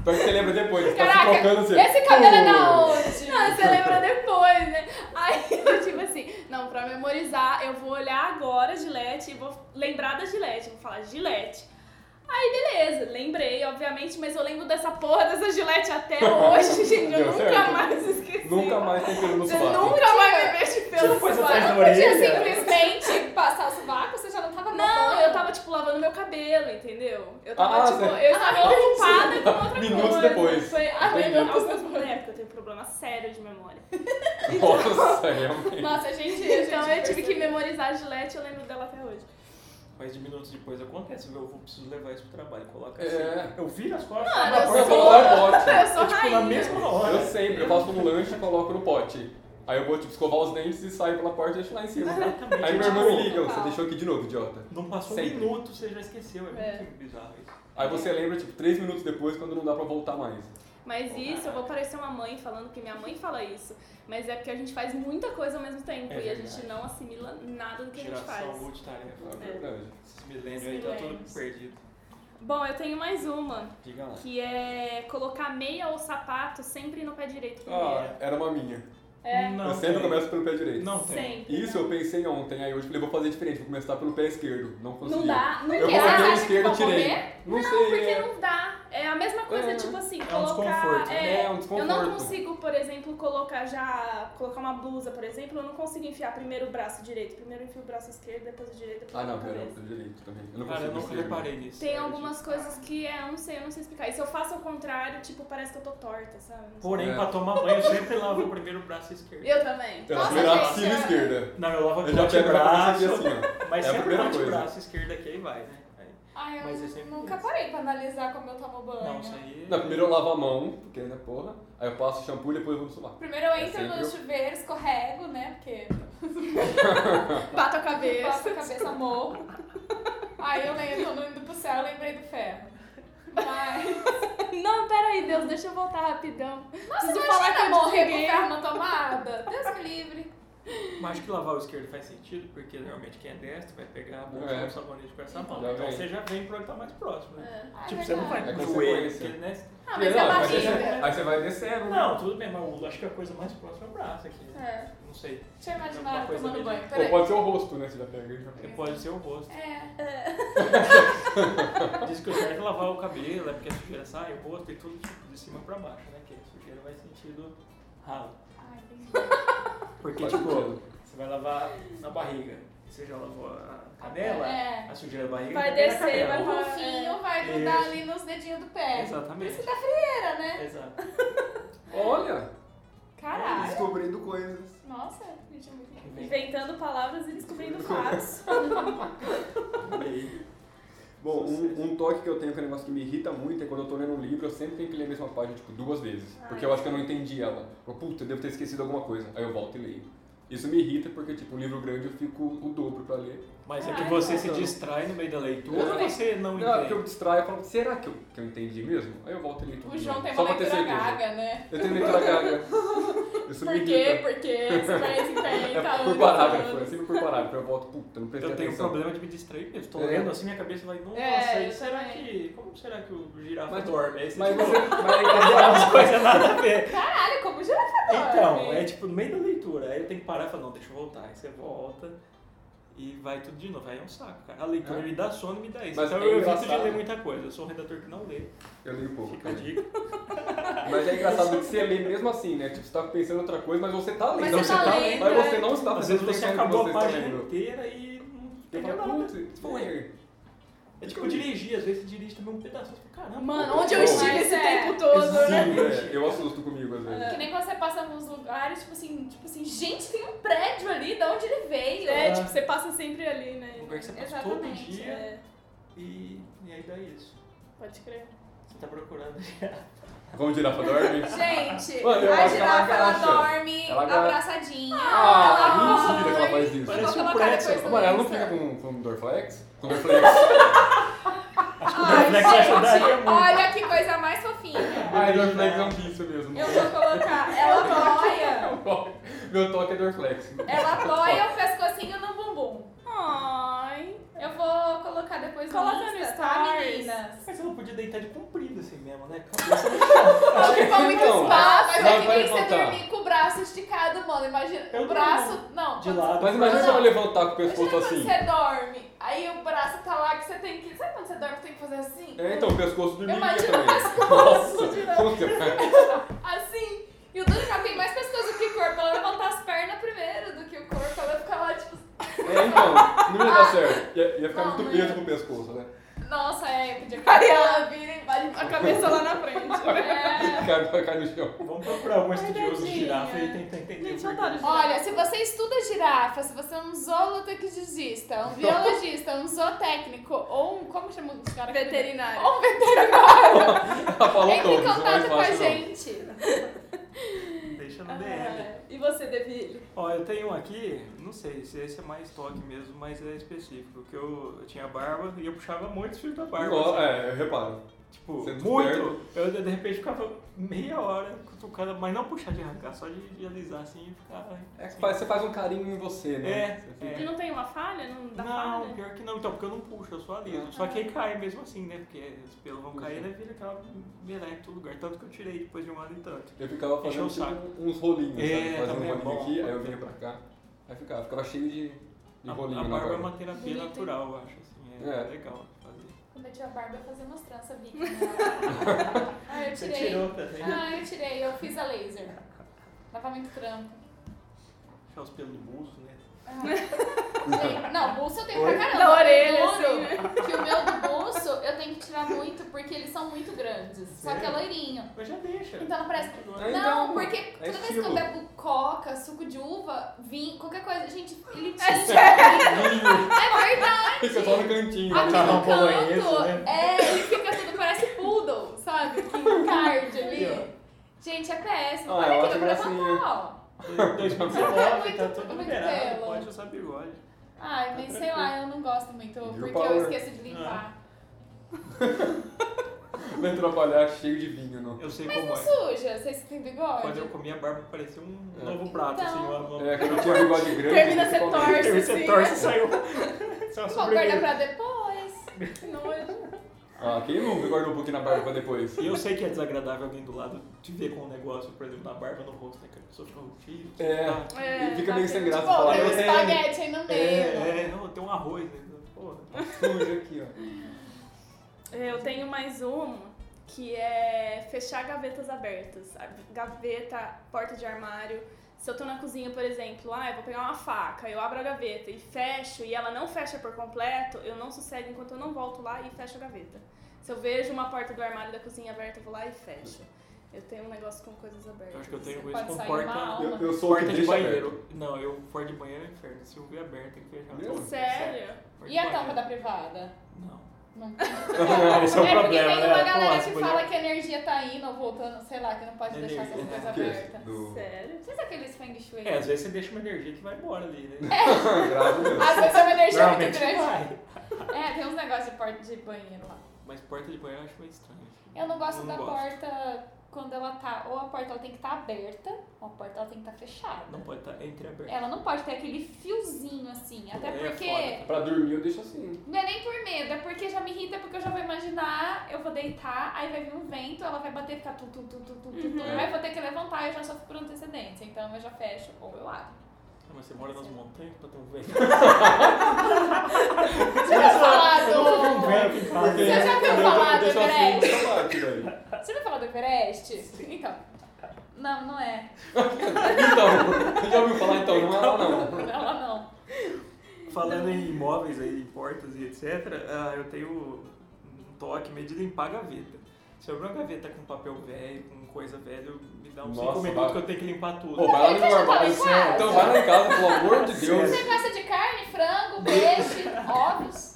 [SPEAKER 3] Então você lembra depois, tá se
[SPEAKER 2] Caraca,
[SPEAKER 3] trocando assim.
[SPEAKER 2] esse cabelo é da
[SPEAKER 3] Uh!
[SPEAKER 2] onde?
[SPEAKER 4] Não, você lembra depois, né? Aí eu tipo assim, não, pra memorizar, eu vou olhar agora a Gillette e vou lembrar da Gillette, vou falar Gillette. Aí beleza, lembrei, obviamente, mas eu lembro dessa porra dessa Gillette até hoje, gente, eu
[SPEAKER 3] Deu
[SPEAKER 4] nunca
[SPEAKER 3] certo?
[SPEAKER 4] mais esqueci.
[SPEAKER 3] Nunca mais tem pelo no
[SPEAKER 4] Você
[SPEAKER 3] sovaco.
[SPEAKER 4] nunca mais me mexi pelo
[SPEAKER 1] Depois
[SPEAKER 4] subaco.
[SPEAKER 1] atrás da
[SPEAKER 2] Podia
[SPEAKER 4] assim.
[SPEAKER 1] orelha.
[SPEAKER 2] simplesmente passar o sovaco, você já não
[SPEAKER 4] Tá
[SPEAKER 2] tava
[SPEAKER 4] Não, eu tava, tipo, lavando meu cabelo, entendeu? Eu tava,
[SPEAKER 3] Ah,
[SPEAKER 4] tipo,
[SPEAKER 3] você-
[SPEAKER 4] eu estava ocupada com outra
[SPEAKER 3] Minutos
[SPEAKER 4] coisa.
[SPEAKER 3] depois.
[SPEAKER 4] Foi ah,
[SPEAKER 3] Entendi.
[SPEAKER 4] minutos depois. É, porque eu tenho problema sério de memória.
[SPEAKER 3] Nossa, realmente.
[SPEAKER 2] Nossa, gente,
[SPEAKER 4] Então eu tive que memorizar a Gillette e eu lembro dela até hoje.
[SPEAKER 1] Mas de minutos depois acontece, eu vou preciso levar isso pro trabalho, coloca
[SPEAKER 3] É.
[SPEAKER 1] assim. Eu viro as costas,
[SPEAKER 4] Mano,
[SPEAKER 1] abro a
[SPEAKER 4] eu
[SPEAKER 3] Eu
[SPEAKER 1] porta,
[SPEAKER 4] sou-
[SPEAKER 3] vou lá, eu boto.
[SPEAKER 4] Eu sou
[SPEAKER 1] tipo,
[SPEAKER 4] rainha.
[SPEAKER 1] na mesma hora.
[SPEAKER 3] Eu sempre, eu faço um lanche e coloco no pote. Aí eu vou, tipo, escovar os dentes e saio pela porta e deixo lá em cima.
[SPEAKER 4] Uhum.
[SPEAKER 1] Exatamente. É
[SPEAKER 3] Aí meu irmão
[SPEAKER 4] Tipo,
[SPEAKER 3] me liga, você
[SPEAKER 4] tá.
[SPEAKER 2] Total.
[SPEAKER 3] deixou aqui de novo, idiota.
[SPEAKER 1] Não passou
[SPEAKER 3] Sempre.
[SPEAKER 1] um minuto, você já esqueceu. É,
[SPEAKER 4] É.
[SPEAKER 1] muito bizarro isso.
[SPEAKER 3] Aí você
[SPEAKER 4] Uhum.
[SPEAKER 3] lembra, tipo, três minutos depois, quando não dá pra voltar mais.
[SPEAKER 4] Mas isso, eu vou parecer uma mãe falando que minha mãe fala isso. Mas é porque a gente faz muita coisa ao mesmo tempo
[SPEAKER 1] É
[SPEAKER 4] e a
[SPEAKER 1] verdade.
[SPEAKER 4] gente não assimila nada do que a gente
[SPEAKER 1] Geração
[SPEAKER 4] faz.
[SPEAKER 3] É
[SPEAKER 1] multitarefa. né?
[SPEAKER 3] verdade.
[SPEAKER 1] Esses milênios aí tá todo
[SPEAKER 4] Milênios.
[SPEAKER 1] perdido.
[SPEAKER 4] Bom, eu tenho mais uma,
[SPEAKER 1] Diga lá.
[SPEAKER 4] que é colocar meia ou sapato sempre no pé direito primeiro.
[SPEAKER 3] Ah, era uma minha.
[SPEAKER 4] É.
[SPEAKER 1] Não
[SPEAKER 3] eu sempre
[SPEAKER 1] tem.
[SPEAKER 3] começo pelo pé direito.
[SPEAKER 1] Não tem.
[SPEAKER 4] Sempre.
[SPEAKER 3] Isso eu pensei ontem, aí hoje eu tipo, falei, vou fazer diferente, vou começar pelo pé esquerdo. Não consegui.
[SPEAKER 4] Não dá, não
[SPEAKER 3] Eu
[SPEAKER 4] dá. tipo,
[SPEAKER 3] coloquei o
[SPEAKER 2] acha que
[SPEAKER 3] esquerdo e
[SPEAKER 2] vão
[SPEAKER 3] tirei.
[SPEAKER 2] morrer?
[SPEAKER 3] Não,
[SPEAKER 4] Não,
[SPEAKER 3] sei.
[SPEAKER 4] porque
[SPEAKER 3] é-
[SPEAKER 4] não dá. É a a mesma coisa,
[SPEAKER 3] É.
[SPEAKER 4] tipo assim,
[SPEAKER 1] É um
[SPEAKER 4] colocar.
[SPEAKER 1] desconforto,
[SPEAKER 4] é,
[SPEAKER 3] é um
[SPEAKER 4] eu não
[SPEAKER 3] desconforto.
[SPEAKER 4] consigo, por exemplo, colocar já. Colocar uma blusa, por exemplo, eu não consigo enfiar primeiro o braço direito. Primeiro eu enfio o braço esquerdo, depois o direito, depois
[SPEAKER 3] Ah, não,
[SPEAKER 4] a
[SPEAKER 3] pera,
[SPEAKER 4] cabeça.
[SPEAKER 3] eu direito também. Eu não
[SPEAKER 1] Cara, eu
[SPEAKER 3] consigo
[SPEAKER 1] nunca
[SPEAKER 3] ser-
[SPEAKER 1] reparei nisso. tipo,
[SPEAKER 4] Tem
[SPEAKER 1] sério,
[SPEAKER 4] algumas coisas que é, eu não sei, eu não sei explicar. E se eu faço ao contrário, tipo, parece que eu tô torta, sabe? Não sei.
[SPEAKER 1] Porém,
[SPEAKER 3] É.
[SPEAKER 1] pra tomar banho, eu sempre lavo o primeiro braço esquerdo.
[SPEAKER 4] Eu também.
[SPEAKER 3] Eu
[SPEAKER 4] Nossa,
[SPEAKER 3] fui lá
[SPEAKER 4] gente, é.
[SPEAKER 3] piscina
[SPEAKER 4] eu-
[SPEAKER 3] assim esquerda.
[SPEAKER 1] Não, eu lavo
[SPEAKER 3] Eu já
[SPEAKER 1] o
[SPEAKER 3] pego pra
[SPEAKER 1] braço,
[SPEAKER 3] conseguir assim, ó.
[SPEAKER 1] mas
[SPEAKER 3] É a
[SPEAKER 1] sempre
[SPEAKER 3] primeira
[SPEAKER 1] bate o
[SPEAKER 3] coisa.
[SPEAKER 1] braço esquerdo aqui e vai, né? Aí-
[SPEAKER 2] Ai, eu
[SPEAKER 1] Mas eu sempre
[SPEAKER 2] nunca
[SPEAKER 1] fiz.
[SPEAKER 2] parei pra analisar como eu tomo banho.
[SPEAKER 1] Não, isso aí...
[SPEAKER 3] Não, primeiro eu lavo a mão, porque é porra. Aí eu passo o shampoo e depois eu vou no subaco.
[SPEAKER 2] Primeiro eu
[SPEAKER 3] É
[SPEAKER 2] entro
[SPEAKER 3] sempre
[SPEAKER 2] no
[SPEAKER 3] eu.
[SPEAKER 2] chuveiro, escorrego, né? Porque
[SPEAKER 4] Bato a
[SPEAKER 2] eu
[SPEAKER 4] cabeça.
[SPEAKER 2] passo a cabeça morro. Aí eu lembro, quando indo pro céu, eu lembrei do ferro. Mas.
[SPEAKER 4] Não, peraí, Deus, deixa eu voltar rapidão.
[SPEAKER 2] Nossa,
[SPEAKER 4] Preciso
[SPEAKER 2] imagina
[SPEAKER 4] falar
[SPEAKER 2] falar
[SPEAKER 4] que eu
[SPEAKER 2] morrer com
[SPEAKER 4] desliguei.
[SPEAKER 2] o ferro na tomada. Deus me livre.
[SPEAKER 1] Mas acho que lavar o esquerdo faz sentido, porque normalmente quem é destro vai pegar a bolsa
[SPEAKER 3] É.
[SPEAKER 1] do sabonete com essa mão.
[SPEAKER 3] Já
[SPEAKER 1] Então
[SPEAKER 3] vem.
[SPEAKER 1] você já vem pra onde tá mais próximo, né?
[SPEAKER 2] Ah,
[SPEAKER 1] Tipo, você não vai
[SPEAKER 2] verdade.
[SPEAKER 3] É
[SPEAKER 1] com o joelho,
[SPEAKER 3] consequência.
[SPEAKER 1] porque, né?
[SPEAKER 4] Ah, mas é
[SPEAKER 3] aí, você,
[SPEAKER 4] barriga.
[SPEAKER 3] aí você vai descendo.
[SPEAKER 1] Não, tudo bem, mas eu acho que a coisa mais próxima é o braço aqui. né?
[SPEAKER 2] É.
[SPEAKER 1] Não sei.
[SPEAKER 2] Deixa eu
[SPEAKER 1] Uma
[SPEAKER 2] imaginar eu
[SPEAKER 1] coisa
[SPEAKER 2] tomando
[SPEAKER 1] meio-
[SPEAKER 2] banho.
[SPEAKER 3] Ou
[SPEAKER 2] Peraí.
[SPEAKER 3] pode ser o rosto, né? Você já pega. Já pega.
[SPEAKER 1] Pode ser o rosto.
[SPEAKER 2] É.
[SPEAKER 1] Diz que o certo é lavar o cabelo, é porque a sujeira sai, o rosto e tudo tipo, de cima pra baixo, né? Que a sujeira vai sentido ralo.
[SPEAKER 2] Ai, entendi.
[SPEAKER 1] Porque,
[SPEAKER 3] Faz
[SPEAKER 1] tipo,
[SPEAKER 3] sentido.
[SPEAKER 1] você vai lavar na barriga. Você já lavou a canela,
[SPEAKER 2] É.
[SPEAKER 1] a sujeira da barriga
[SPEAKER 4] Vai
[SPEAKER 1] vai pegar na
[SPEAKER 4] descer,
[SPEAKER 1] canela.
[SPEAKER 2] O
[SPEAKER 4] vai-
[SPEAKER 2] rufinho vai grudar
[SPEAKER 1] Isso.
[SPEAKER 2] ali nos dedinhos do pé.
[SPEAKER 1] Exatamente.
[SPEAKER 2] Isso da frieira, né?
[SPEAKER 1] Exato.
[SPEAKER 3] Olha!
[SPEAKER 4] Caralho.
[SPEAKER 3] Descobrindo coisas.
[SPEAKER 2] Nossa, gente, é muito incrível.
[SPEAKER 4] Inventando palavras e descobrindo fatos.
[SPEAKER 1] Bem,
[SPEAKER 3] Bom, um, um toque que eu tenho que é um negócio que me irrita muito é quando eu tô lendo um livro, eu sempre tenho que ler a mesma página, tipo, duas vezes. Porque eu acho que eu não entendi ela. Eu, puta, eu devo ter esquecido alguma coisa. Aí eu volto e leio. Isso me irrita porque, tipo, um livro grande eu fico o dobro pra ler.
[SPEAKER 1] Mas é que
[SPEAKER 4] Ai,
[SPEAKER 1] você
[SPEAKER 3] não.
[SPEAKER 1] se distrai no meio da leitura ou
[SPEAKER 3] É.
[SPEAKER 1] você não
[SPEAKER 3] Não, é porque eu
[SPEAKER 1] entende?
[SPEAKER 3] distraio e falo, será que eu, que eu entendi mesmo? Aí eu volto e
[SPEAKER 1] Uhum.
[SPEAKER 3] leio tudo.
[SPEAKER 2] O João
[SPEAKER 3] de
[SPEAKER 2] tem
[SPEAKER 3] novo,
[SPEAKER 2] uma
[SPEAKER 3] Só pra ter
[SPEAKER 2] leitura
[SPEAKER 3] certeza.
[SPEAKER 2] gaga, né?
[SPEAKER 3] Eu tenho leitura gaga. Isso me
[SPEAKER 4] Por quê?
[SPEAKER 3] irrita.
[SPEAKER 4] Por quê? Você vai se
[SPEAKER 2] assim, tá
[SPEAKER 3] É
[SPEAKER 4] enfrentar
[SPEAKER 3] por parágrafo, é sempre por parágrafo. Eu volto, puta, não prestei
[SPEAKER 1] Eu tenho um
[SPEAKER 3] atenção.
[SPEAKER 1] problema de me distrair mesmo. Tô
[SPEAKER 3] É.
[SPEAKER 1] lendo assim, minha cabeça vai, nossa,
[SPEAKER 4] É,
[SPEAKER 1] e
[SPEAKER 4] eu
[SPEAKER 1] será
[SPEAKER 4] também.
[SPEAKER 1] que. Como será que o girafa
[SPEAKER 3] Mas-
[SPEAKER 1] dorme? Aí você,
[SPEAKER 3] Mas
[SPEAKER 1] tipo,
[SPEAKER 3] você. Mas é engraçado.
[SPEAKER 1] as coisas nada a ver.
[SPEAKER 2] Caralho, como girafa
[SPEAKER 1] Então,
[SPEAKER 2] dorme.
[SPEAKER 1] é tipo no meio da leitura. Aí eu tenho que parar e falar, não, deixa eu voltar. Aí você volta e vai tudo de novo. Aí é um saco, cara. A leitura
[SPEAKER 3] É.
[SPEAKER 1] me dá sono e me dá isso.
[SPEAKER 3] Mas
[SPEAKER 1] então
[SPEAKER 3] é
[SPEAKER 1] eu evito de
[SPEAKER 3] engraçado.
[SPEAKER 1] ler muita coisa. Eu sou um redator que não lê.
[SPEAKER 3] Eu leio pouco.
[SPEAKER 1] Fica a
[SPEAKER 3] também.
[SPEAKER 1] dica.
[SPEAKER 3] Mas é engraçado que você lê mesmo assim, né? Tipo, você tá pensando em outra coisa, mas você tá lendo.
[SPEAKER 4] Mas
[SPEAKER 3] Então
[SPEAKER 4] você tá lendo,
[SPEAKER 3] Mas
[SPEAKER 4] né?
[SPEAKER 3] você não está
[SPEAKER 1] Às
[SPEAKER 3] prestando
[SPEAKER 1] vezes você
[SPEAKER 3] atenção no que
[SPEAKER 1] acabou a
[SPEAKER 3] está
[SPEAKER 1] página
[SPEAKER 3] lendo. é
[SPEAKER 1] inteira e não
[SPEAKER 3] Eu
[SPEAKER 1] entendeu
[SPEAKER 3] falo,
[SPEAKER 1] nada.
[SPEAKER 4] né?
[SPEAKER 3] putz, foi.
[SPEAKER 1] É tipo dirigir, às vezes você dirige também um pedaço. Você fala, caramba.
[SPEAKER 4] Mano, onde eu estive
[SPEAKER 2] Mas
[SPEAKER 4] esse
[SPEAKER 2] é.
[SPEAKER 4] tempo todo, né? É.
[SPEAKER 3] Sim, é, eu assusto comigo às
[SPEAKER 2] Que
[SPEAKER 3] vezes.
[SPEAKER 2] nem quando você passa em alguns lugares, tipo assim, tipo assim, gente, tem um prédio ali, da onde ele veio.
[SPEAKER 4] É,
[SPEAKER 1] Ah.
[SPEAKER 4] tipo, você passa sempre ali, né?
[SPEAKER 1] Um lugar que você passa todo
[SPEAKER 2] Exatamente,
[SPEAKER 1] dia
[SPEAKER 4] É,
[SPEAKER 1] e, e aí dá isso.
[SPEAKER 4] pode crer.
[SPEAKER 1] Você tá procurando.
[SPEAKER 3] Vamos girar pra dormir?
[SPEAKER 2] Gente,
[SPEAKER 3] Mano, eu
[SPEAKER 2] a
[SPEAKER 3] acho que ela
[SPEAKER 2] girafa, ela
[SPEAKER 3] agacha.
[SPEAKER 2] dorme
[SPEAKER 3] Ela agacha.
[SPEAKER 2] abraçadinha.
[SPEAKER 3] Ah,
[SPEAKER 2] ela
[SPEAKER 3] mentira que ela
[SPEAKER 2] dorme.
[SPEAKER 3] faz isso.
[SPEAKER 2] Vou
[SPEAKER 1] Parece um
[SPEAKER 2] colocar
[SPEAKER 1] pretzel.
[SPEAKER 2] depois no
[SPEAKER 3] Mano, ela não
[SPEAKER 2] Insta.
[SPEAKER 3] fica com, com Dorflex? Com Dorflex.
[SPEAKER 1] Acho que o
[SPEAKER 2] Ai,
[SPEAKER 1] reflexo ajudaria
[SPEAKER 2] gente,
[SPEAKER 1] muito.
[SPEAKER 2] olha que coisa mais fofinha.
[SPEAKER 3] Ai, Dorflex é um bicho mesmo.
[SPEAKER 2] Eu vou colocar, ela toia,
[SPEAKER 3] Meu toque é Dorflex.
[SPEAKER 2] ela toia o pescocinho no bumbum.
[SPEAKER 4] Ai.
[SPEAKER 2] Eu vou colocar depois
[SPEAKER 4] Coloca
[SPEAKER 2] no
[SPEAKER 4] no
[SPEAKER 2] Insta, tá,
[SPEAKER 4] Stories.
[SPEAKER 2] meninas?
[SPEAKER 1] Mas ela podia deitar de comprido assim mesmo, né? Cabeça
[SPEAKER 2] Não ficou muito
[SPEAKER 3] Não,
[SPEAKER 2] espaço, mas é
[SPEAKER 3] não,
[SPEAKER 2] que
[SPEAKER 3] Então, vai
[SPEAKER 2] nem você
[SPEAKER 3] levantar.
[SPEAKER 2] dormir com o braço esticado, mano. Imagina,
[SPEAKER 1] Eu
[SPEAKER 2] o braço, não,
[SPEAKER 1] de
[SPEAKER 2] quando-
[SPEAKER 1] lado.
[SPEAKER 3] Mas imagina se ela levantar com o
[SPEAKER 2] Imagina
[SPEAKER 3] pescoço
[SPEAKER 2] quando
[SPEAKER 3] assim.
[SPEAKER 2] você dorme, aí o braço tá lá que você tem que. Sabe quando você dorme que tem que fazer assim?
[SPEAKER 3] É, então, o pescoço do
[SPEAKER 2] Eu
[SPEAKER 3] Miguel
[SPEAKER 2] imagino
[SPEAKER 3] também.
[SPEAKER 2] o pescoço
[SPEAKER 3] Nossa,
[SPEAKER 2] de lado.
[SPEAKER 3] como que é? faz?
[SPEAKER 2] Assim. E o Dudu já tem mais pescoço que o corpo. Ela levantar as pernas primeiro do que o corpo. Ela fica lá, tipo.
[SPEAKER 3] É, então, não ia
[SPEAKER 2] Ah.
[SPEAKER 3] dar certo. Ia, ia ficar
[SPEAKER 2] Não,
[SPEAKER 3] muito
[SPEAKER 2] não ia.
[SPEAKER 3] preso com o pescoço, né?
[SPEAKER 2] Nossa, é, podia
[SPEAKER 4] Aí
[SPEAKER 2] cair.
[SPEAKER 4] ela vira e bate a cabeça lá na frente.
[SPEAKER 2] É.
[SPEAKER 3] Cai, cai, cai no chão.
[SPEAKER 1] Vamos procurar algum estudioso de
[SPEAKER 4] tadinha.
[SPEAKER 1] girafa e tentar entender.
[SPEAKER 4] Gente,
[SPEAKER 1] o
[SPEAKER 4] eu
[SPEAKER 1] porquê.
[SPEAKER 4] adoro
[SPEAKER 2] Olha, se você estuda girafa, se você é um zoologista, um biologista, um zootécnico ou um. Como chama os caras? que-
[SPEAKER 4] Veterinário.
[SPEAKER 2] Ou um veterinário.
[SPEAKER 3] Ela falou
[SPEAKER 2] Entre em
[SPEAKER 3] todos, não
[SPEAKER 2] contato
[SPEAKER 3] é
[SPEAKER 2] com a
[SPEAKER 3] fácil não.
[SPEAKER 2] gente.
[SPEAKER 1] Deixa no DM.
[SPEAKER 4] E você, Deville?
[SPEAKER 1] Ó, eu tenho um aqui, não sei se esse é mais toque mesmo, mas é específico. Que eu, eu tinha barba e eu puxava muito os fios da barba.
[SPEAKER 3] Igual,
[SPEAKER 1] assim.
[SPEAKER 3] é, eu reparo.
[SPEAKER 1] Tipo,
[SPEAKER 3] Sendo
[SPEAKER 1] muito. Eu de repente ficava meia hora cutucada, mas não puxar de arrancar, só de, de alisar assim e ficar.
[SPEAKER 3] É que
[SPEAKER 1] assim.
[SPEAKER 3] faz- você faz um carinho em você, né?
[SPEAKER 1] É,
[SPEAKER 3] Você fica-
[SPEAKER 1] é.
[SPEAKER 4] E não tem uma falha? Não dá
[SPEAKER 1] Não,
[SPEAKER 4] falha?
[SPEAKER 1] pior que não, então, porque eu não puxo, eu só
[SPEAKER 2] Ah.
[SPEAKER 1] aliso. Só que aí cai mesmo assim, né? Porque os pelos vão
[SPEAKER 3] Puxa.
[SPEAKER 1] cair e vira aquela meleca em todo lugar. Tanto que eu tirei depois de um ano e tanto.
[SPEAKER 3] Eu ficava
[SPEAKER 1] Encheu o
[SPEAKER 3] fazendo
[SPEAKER 1] saco.
[SPEAKER 3] tipo, uns rolinhos,
[SPEAKER 1] É,
[SPEAKER 3] sabe? Fazia um
[SPEAKER 1] também é
[SPEAKER 3] rolinho
[SPEAKER 1] bom.
[SPEAKER 3] aqui, aí eu vinha pra cá. Aí ficava, ficava cheio de E
[SPEAKER 1] A, a
[SPEAKER 3] rolinho na
[SPEAKER 1] barba é
[SPEAKER 3] barba.
[SPEAKER 1] uma terapia
[SPEAKER 2] Bonito.
[SPEAKER 1] natural, eu acho. Assim, é,
[SPEAKER 3] É.
[SPEAKER 1] legal fazer.
[SPEAKER 2] Quando eu tinha barba, eu fazia umas tranças viking. ah, eu
[SPEAKER 1] Você
[SPEAKER 2] tirei.
[SPEAKER 1] tirou também?
[SPEAKER 2] Ah, eu tirei. Eu fiz a laser. Dava muito trampo.
[SPEAKER 1] Deixar os pelos do bolso, né?
[SPEAKER 2] Ah. Gente, Não, bolso eu tenho pra
[SPEAKER 3] Oi?
[SPEAKER 2] caramba.
[SPEAKER 4] Da orelha,
[SPEAKER 2] Duro
[SPEAKER 4] assim, né?
[SPEAKER 2] Que o meu do bolso eu tenho que tirar muito porque eles são muito grandes. Só que é
[SPEAKER 1] Sério?
[SPEAKER 2] loirinho.
[SPEAKER 1] Mas já deixa.
[SPEAKER 2] Então não parece.
[SPEAKER 1] Continua.
[SPEAKER 3] É,
[SPEAKER 2] Não,
[SPEAKER 3] então,
[SPEAKER 2] porque
[SPEAKER 3] é
[SPEAKER 2] toda vez que eu
[SPEAKER 3] estilo.
[SPEAKER 2] bebo coca, suco de uva, vinho, qualquer coisa, gente, ele tira.
[SPEAKER 4] É
[SPEAKER 2] É verdade.
[SPEAKER 3] Fica só no cantinho. né?
[SPEAKER 2] Aqui
[SPEAKER 1] Macarrão
[SPEAKER 2] no canto,
[SPEAKER 1] bolonhesa, né?
[SPEAKER 2] é, ele fica tudo, parece poodle, sabe? Que encarte ali.
[SPEAKER 1] Aqui,
[SPEAKER 2] Gente, é péssimo.
[SPEAKER 3] Ah, eu
[SPEAKER 2] Olha aqui,
[SPEAKER 3] acho
[SPEAKER 2] dá pra
[SPEAKER 3] gracinha.
[SPEAKER 2] levantar, ó.
[SPEAKER 1] 2019, tá
[SPEAKER 2] Muito-
[SPEAKER 1] tudo
[SPEAKER 2] muito
[SPEAKER 1] liberado.
[SPEAKER 2] pelo.
[SPEAKER 1] Pode usar bigode.
[SPEAKER 3] Tá
[SPEAKER 2] Ai, mas sei lá, eu não gosto muito,
[SPEAKER 3] Viu,
[SPEAKER 2] porque
[SPEAKER 3] Paula?
[SPEAKER 2] eu esqueço de
[SPEAKER 3] Ah,
[SPEAKER 2] limpar.
[SPEAKER 3] Vai trabalhar cheio de vinho, não.
[SPEAKER 1] Eu sei
[SPEAKER 2] Mas
[SPEAKER 1] como
[SPEAKER 2] não
[SPEAKER 1] é.
[SPEAKER 2] suja, vocês que têm bigode.
[SPEAKER 1] Quando eu comi a barba, parecia um
[SPEAKER 3] É.
[SPEAKER 1] novo prato, assim.
[SPEAKER 2] Então.
[SPEAKER 1] Uma, uma...
[SPEAKER 3] É, quando tinha bigode grande.
[SPEAKER 4] Termina, você
[SPEAKER 3] você come-
[SPEAKER 4] torce.
[SPEAKER 1] Aí você
[SPEAKER 4] Sim.
[SPEAKER 1] torce e saiu. Só
[SPEAKER 2] Vou guardar
[SPEAKER 1] sobreviveu.
[SPEAKER 2] pra depois.
[SPEAKER 4] Que nojo.
[SPEAKER 3] Ah, quem não guardou um pouquinho na barba pra depois?
[SPEAKER 1] E eu sei que é desagradável alguém do lado te ver com um negócio, por exemplo, na barba, no rosto, né? Que a pessoa fica, "Oh, tio,
[SPEAKER 3] É.
[SPEAKER 1] tá,
[SPEAKER 4] É,
[SPEAKER 3] E fica
[SPEAKER 4] tá
[SPEAKER 3] meio sem
[SPEAKER 4] bem.
[SPEAKER 3] graça
[SPEAKER 4] Tipo,
[SPEAKER 3] falar,
[SPEAKER 4] tem
[SPEAKER 3] eu
[SPEAKER 4] um
[SPEAKER 3] tenho-
[SPEAKER 4] espaguete aí no meio.
[SPEAKER 1] É, é, não, tem um arroz, né? Porra.
[SPEAKER 3] Sujo aqui, ó.
[SPEAKER 4] É, Eu tenho mais um que é fechar gavetas abertas. A Gaveta, porta de armário. Se eu tô na cozinha, por exemplo, ah, eu vou pegar uma faca, eu abro a gaveta e fecho, e ela não fecha por completo, eu não sossego enquanto eu não volto lá e fecho a gaveta. Se eu vejo uma porta do armário da cozinha aberta, eu vou lá e fecho. Eu tenho um negócio com coisas abertas.
[SPEAKER 1] Eu acho que eu tenho
[SPEAKER 2] Você
[SPEAKER 1] isso
[SPEAKER 2] pode
[SPEAKER 1] com
[SPEAKER 2] sair
[SPEAKER 1] porta,
[SPEAKER 2] mal.
[SPEAKER 3] Eu, eu sou o que
[SPEAKER 1] porta de
[SPEAKER 3] deixa
[SPEAKER 1] banheiro.
[SPEAKER 3] aberto.
[SPEAKER 1] Não, eu fora de banheiro é inferno. Se eu ver aberto, tem que fechar.
[SPEAKER 3] Meu?
[SPEAKER 4] Sério?
[SPEAKER 1] Porta de
[SPEAKER 2] E a
[SPEAKER 1] banheiro.
[SPEAKER 2] tampa da privada?
[SPEAKER 1] Não.
[SPEAKER 2] Não.
[SPEAKER 1] Esse é o
[SPEAKER 2] é
[SPEAKER 1] problema,
[SPEAKER 2] porque tem
[SPEAKER 1] né?
[SPEAKER 2] uma galera
[SPEAKER 1] Pô,
[SPEAKER 2] que
[SPEAKER 1] se
[SPEAKER 2] fala
[SPEAKER 1] podia-
[SPEAKER 2] que a energia tá indo ou voltando, sei lá, que não pode deixar essas
[SPEAKER 1] Energia.
[SPEAKER 2] coisas
[SPEAKER 1] É.
[SPEAKER 2] abertas.
[SPEAKER 3] Do...
[SPEAKER 4] Sério?
[SPEAKER 2] Vocês aqueles feng shui?
[SPEAKER 1] É, às vezes você deixa uma energia que vai embora ali, né?
[SPEAKER 3] Grave mesmo.
[SPEAKER 2] Às vezes é uma energia
[SPEAKER 1] Normalmente
[SPEAKER 2] muito grande.
[SPEAKER 1] vai.
[SPEAKER 2] É, tem uns negócios de porta de banheiro lá.
[SPEAKER 1] Mas porta de banheiro eu acho meio estranho.
[SPEAKER 2] Eu não gosto da porta quando ela tá. Ou a porta ela tem que estar aberta, ou a porta ela tem que estar fechada.
[SPEAKER 1] Não pode tá, estar entreaberto.
[SPEAKER 2] Ela não pode ter aquele fiozinho assim. Até
[SPEAKER 1] É,
[SPEAKER 2] porque.
[SPEAKER 1] foda.
[SPEAKER 3] Pra dormir eu deixo assim.
[SPEAKER 2] Não é nem por medo, é porque já me irrita, porque eu já vou imaginar, eu vou deitar, aí vai vir um vento, ela vai bater, ficar tum, tum, tum, tum, tum, tum, tum,
[SPEAKER 3] Uhum.
[SPEAKER 2] aí eu vou ter que levantar, eu já sofro por antecedência, então eu já fecho ou eu abro.
[SPEAKER 1] Ah, Mas você mora nas montanhas pra ter um vento.
[SPEAKER 2] Você já
[SPEAKER 1] Um
[SPEAKER 2] falou
[SPEAKER 1] vento em casa.
[SPEAKER 2] Você já ouviu
[SPEAKER 3] Eu- eu
[SPEAKER 2] falar do
[SPEAKER 3] deixo
[SPEAKER 2] Everest?
[SPEAKER 3] assim, eu bate, velho.
[SPEAKER 2] Você já falou do Everest? Então. Não, não é.
[SPEAKER 3] Então, já ouviu falar então? Não é lá não.
[SPEAKER 2] Ela não.
[SPEAKER 1] Falando em imóveis aí, em portas e etc, ah, eu tenho um toque meio de limpar a gaveta. Se eu abrir uma gaveta com papel velho, com coisa velha, eu- me dá uns 5
[SPEAKER 3] Nossa,
[SPEAKER 1] minutos
[SPEAKER 3] vai.
[SPEAKER 1] que eu tenho que limpar tudo.
[SPEAKER 3] Pô, vai lá
[SPEAKER 2] Mas
[SPEAKER 3] no
[SPEAKER 2] você é
[SPEAKER 3] meu
[SPEAKER 2] já tá
[SPEAKER 3] armário.
[SPEAKER 2] em casa?
[SPEAKER 3] Então vai lá em casa, pelo amor de Deus.
[SPEAKER 2] Você gosta de carne, frango, peixe, ovos?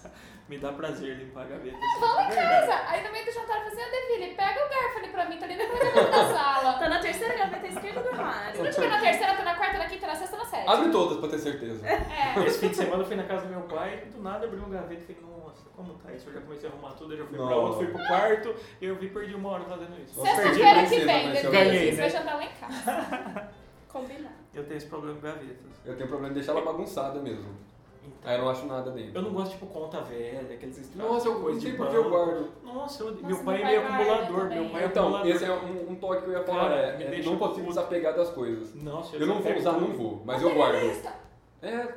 [SPEAKER 1] Me dá prazer limpar a gaveta.
[SPEAKER 2] Vamos em
[SPEAKER 1] É verdade.
[SPEAKER 2] casa! Aí no meio do jantar eu falei assim, Deville, pega o garfo ali pra mim, tá ali na coisa da sala.
[SPEAKER 4] Tá na terceira gaveta esquerda do armário.
[SPEAKER 2] Se não tiver na terceira, tá na quarta, na quinta, na sexta, na
[SPEAKER 1] é
[SPEAKER 2] sétima.
[SPEAKER 3] Abre todas pra ter certeza.
[SPEAKER 2] É.
[SPEAKER 1] Esse fim de semana eu fui na casa do meu pai, do nada abri uma gaveta e falei, nossa, como tá isso? Eu já comecei a arrumar tudo, eu já fui pra
[SPEAKER 3] Não.
[SPEAKER 1] outro, fui pro quarto, e eu vi perdi uma hora fazendo isso.
[SPEAKER 3] Nossa, perdi
[SPEAKER 2] Sexta-feira
[SPEAKER 3] a
[SPEAKER 2] que vem,
[SPEAKER 3] princesa, mas eu
[SPEAKER 2] Deville,
[SPEAKER 1] ganhei,
[SPEAKER 2] vocês
[SPEAKER 1] né?
[SPEAKER 2] vão jantar lá em casa.
[SPEAKER 4] Combinado.
[SPEAKER 1] Eu tenho esse problema com gavetas.
[SPEAKER 3] Eu tenho problema de deixar ela bagunçada mesmo.
[SPEAKER 1] Então,
[SPEAKER 3] Aí eu não acho nada dentro.
[SPEAKER 1] eu não gosto, tipo, conta velha, aqueles estragos,
[SPEAKER 3] Nossa, eu não
[SPEAKER 1] coisa
[SPEAKER 3] sei
[SPEAKER 1] de
[SPEAKER 3] porque eu
[SPEAKER 1] banco.
[SPEAKER 3] guardo.
[SPEAKER 1] Nossa, eu-
[SPEAKER 2] Nossa,
[SPEAKER 1] meu pai é
[SPEAKER 2] meu
[SPEAKER 1] meio
[SPEAKER 2] pai guarda
[SPEAKER 1] acumulador,
[SPEAKER 2] também.
[SPEAKER 1] meu pai é
[SPEAKER 3] Então,
[SPEAKER 1] acumulador.
[SPEAKER 3] esse é um, um toque que eu ia falar.
[SPEAKER 1] Cara,
[SPEAKER 3] é,
[SPEAKER 1] me
[SPEAKER 3] é,
[SPEAKER 1] deixa
[SPEAKER 3] não consigo
[SPEAKER 1] puto.
[SPEAKER 3] desapegar das coisas.
[SPEAKER 1] Nossa,
[SPEAKER 3] Eu não vou
[SPEAKER 1] sou
[SPEAKER 3] usar,
[SPEAKER 1] adepto-
[SPEAKER 3] não vou, mas eu guardo. É,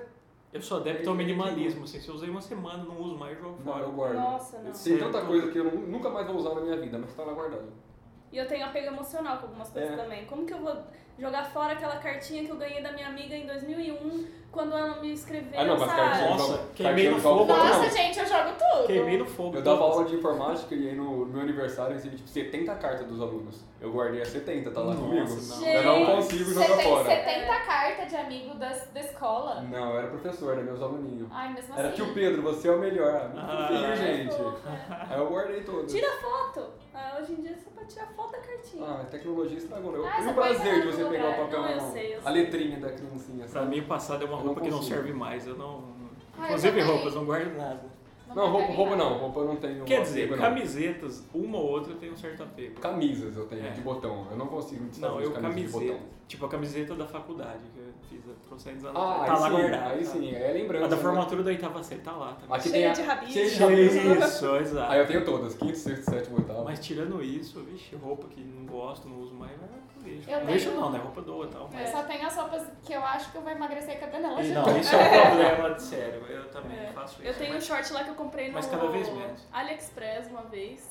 [SPEAKER 1] Eu sou adepto ao minimalismo, assim, se eu usei uma semana, não uso mais, eu jogo
[SPEAKER 3] não,
[SPEAKER 1] fora.
[SPEAKER 3] eu guardo.
[SPEAKER 4] Nossa, não.
[SPEAKER 3] Tem
[SPEAKER 1] Certo.
[SPEAKER 3] tanta coisa que eu nu- nunca mais vou usar na minha vida, mas tá lá guardado.
[SPEAKER 4] E eu tenho apego emocional com algumas coisas
[SPEAKER 3] É.
[SPEAKER 4] também. Como que eu vou jogar fora aquela cartinha que eu ganhei da minha amiga em 2001, quando ela me escreveu,
[SPEAKER 3] Ah, não, mas
[SPEAKER 4] sabe?
[SPEAKER 3] cartinha-
[SPEAKER 1] Nossa,
[SPEAKER 3] Jogo-
[SPEAKER 1] queimei no
[SPEAKER 3] cartão, jogo
[SPEAKER 1] fogo.
[SPEAKER 2] Nossa,
[SPEAKER 3] Não.
[SPEAKER 2] gente, eu jogo tudo.
[SPEAKER 1] Queimei no fogo.
[SPEAKER 3] Eu dava aula de informática e aí no, no meu aniversário eu recebi tipo 70 cartas dos alunos. Eu guardei as 70, tá lá
[SPEAKER 1] Nossa,
[SPEAKER 3] comigo.
[SPEAKER 1] não.
[SPEAKER 3] Eu não
[SPEAKER 4] Gente,
[SPEAKER 3] consigo
[SPEAKER 2] Você
[SPEAKER 3] jogar
[SPEAKER 2] tem
[SPEAKER 3] fora.
[SPEAKER 2] 70 cartas de amigo das, da escola.
[SPEAKER 3] Não, eu era professor, era meus aluninhos.
[SPEAKER 2] Ai, mesmo
[SPEAKER 3] Era
[SPEAKER 2] assim.
[SPEAKER 3] tio Pedro, você é o melhor. Muito
[SPEAKER 1] Ah.
[SPEAKER 3] fofinho,
[SPEAKER 4] Pô,
[SPEAKER 3] gente.
[SPEAKER 4] né?
[SPEAKER 3] Aí eu guardei todas.
[SPEAKER 4] Tira foto! Ah, hoje em dia você pode tirar foto da cartinha.
[SPEAKER 3] Ah, a tecnologia estragou. Eu
[SPEAKER 2] Ah,
[SPEAKER 3] tenho
[SPEAKER 2] você
[SPEAKER 3] o
[SPEAKER 2] põe
[SPEAKER 3] prazer
[SPEAKER 2] em
[SPEAKER 3] de você
[SPEAKER 2] algum
[SPEAKER 3] pegar o
[SPEAKER 2] lugar.
[SPEAKER 3] papel
[SPEAKER 4] Não,
[SPEAKER 3] na
[SPEAKER 4] eu
[SPEAKER 3] mão.
[SPEAKER 4] sei, eu
[SPEAKER 3] A
[SPEAKER 4] sei.
[SPEAKER 3] letrinha da criancinha.
[SPEAKER 1] Pra
[SPEAKER 3] sabe?
[SPEAKER 1] mim, o passado é uma
[SPEAKER 3] Eu não
[SPEAKER 1] roupa que não
[SPEAKER 3] consigo.
[SPEAKER 1] serve mais. Eu não.
[SPEAKER 2] Ah, eu
[SPEAKER 1] Inclusive
[SPEAKER 2] também.
[SPEAKER 1] roupas, não guardo nada.
[SPEAKER 3] Não,
[SPEAKER 2] marcar
[SPEAKER 3] roupa,
[SPEAKER 2] em
[SPEAKER 3] roupa
[SPEAKER 2] nada.
[SPEAKER 3] não, roupa eu não tenho.
[SPEAKER 1] Quer dizer,
[SPEAKER 3] apego, não.
[SPEAKER 1] camisetas, uma ou outra eu tenho um certo apego.
[SPEAKER 3] Camisas eu tenho
[SPEAKER 1] É.
[SPEAKER 3] de botão. Eu não consigo me desfazer
[SPEAKER 1] Não,
[SPEAKER 3] de
[SPEAKER 1] eu
[SPEAKER 3] camisas de
[SPEAKER 1] camiseta.
[SPEAKER 3] botão.
[SPEAKER 1] Tipo a camiseta da faculdade que eu fiz há por uns anos
[SPEAKER 3] Ah,
[SPEAKER 1] atrás. Tá lá
[SPEAKER 3] aí sim,
[SPEAKER 1] guardada.
[SPEAKER 3] aí
[SPEAKER 1] tá?
[SPEAKER 3] sim, é lembrança.
[SPEAKER 1] A da
[SPEAKER 3] né?
[SPEAKER 1] formatura da oitava série tá lá também.
[SPEAKER 3] Aqui
[SPEAKER 4] Cheia
[SPEAKER 3] tem a...
[SPEAKER 4] de rabisco.
[SPEAKER 3] Cheia de rabisco.
[SPEAKER 1] Isso, exato.
[SPEAKER 3] Aí eu tenho todas, quinto, sexto, sétimo, oitavo.
[SPEAKER 1] Mas tirando isso, vixe, roupa que não gosto, não uso mais, vai pro lixo.
[SPEAKER 2] Eu
[SPEAKER 1] Não
[SPEAKER 2] tenho-
[SPEAKER 1] lixo não, né? Roupa doa e tal.
[SPEAKER 2] Eu
[SPEAKER 1] Mas...
[SPEAKER 2] só tenho as roupas que eu acho que eu vou emagrecer com a canela.
[SPEAKER 1] E
[SPEAKER 2] de
[SPEAKER 1] não,
[SPEAKER 2] novo.
[SPEAKER 1] isso é um problema de sério. Eu também
[SPEAKER 4] É.
[SPEAKER 1] faço isso.
[SPEAKER 4] Eu tenho um
[SPEAKER 1] mas-
[SPEAKER 4] short lá que eu comprei no
[SPEAKER 1] Mas cada vez menos.
[SPEAKER 4] AliExpress uma vez.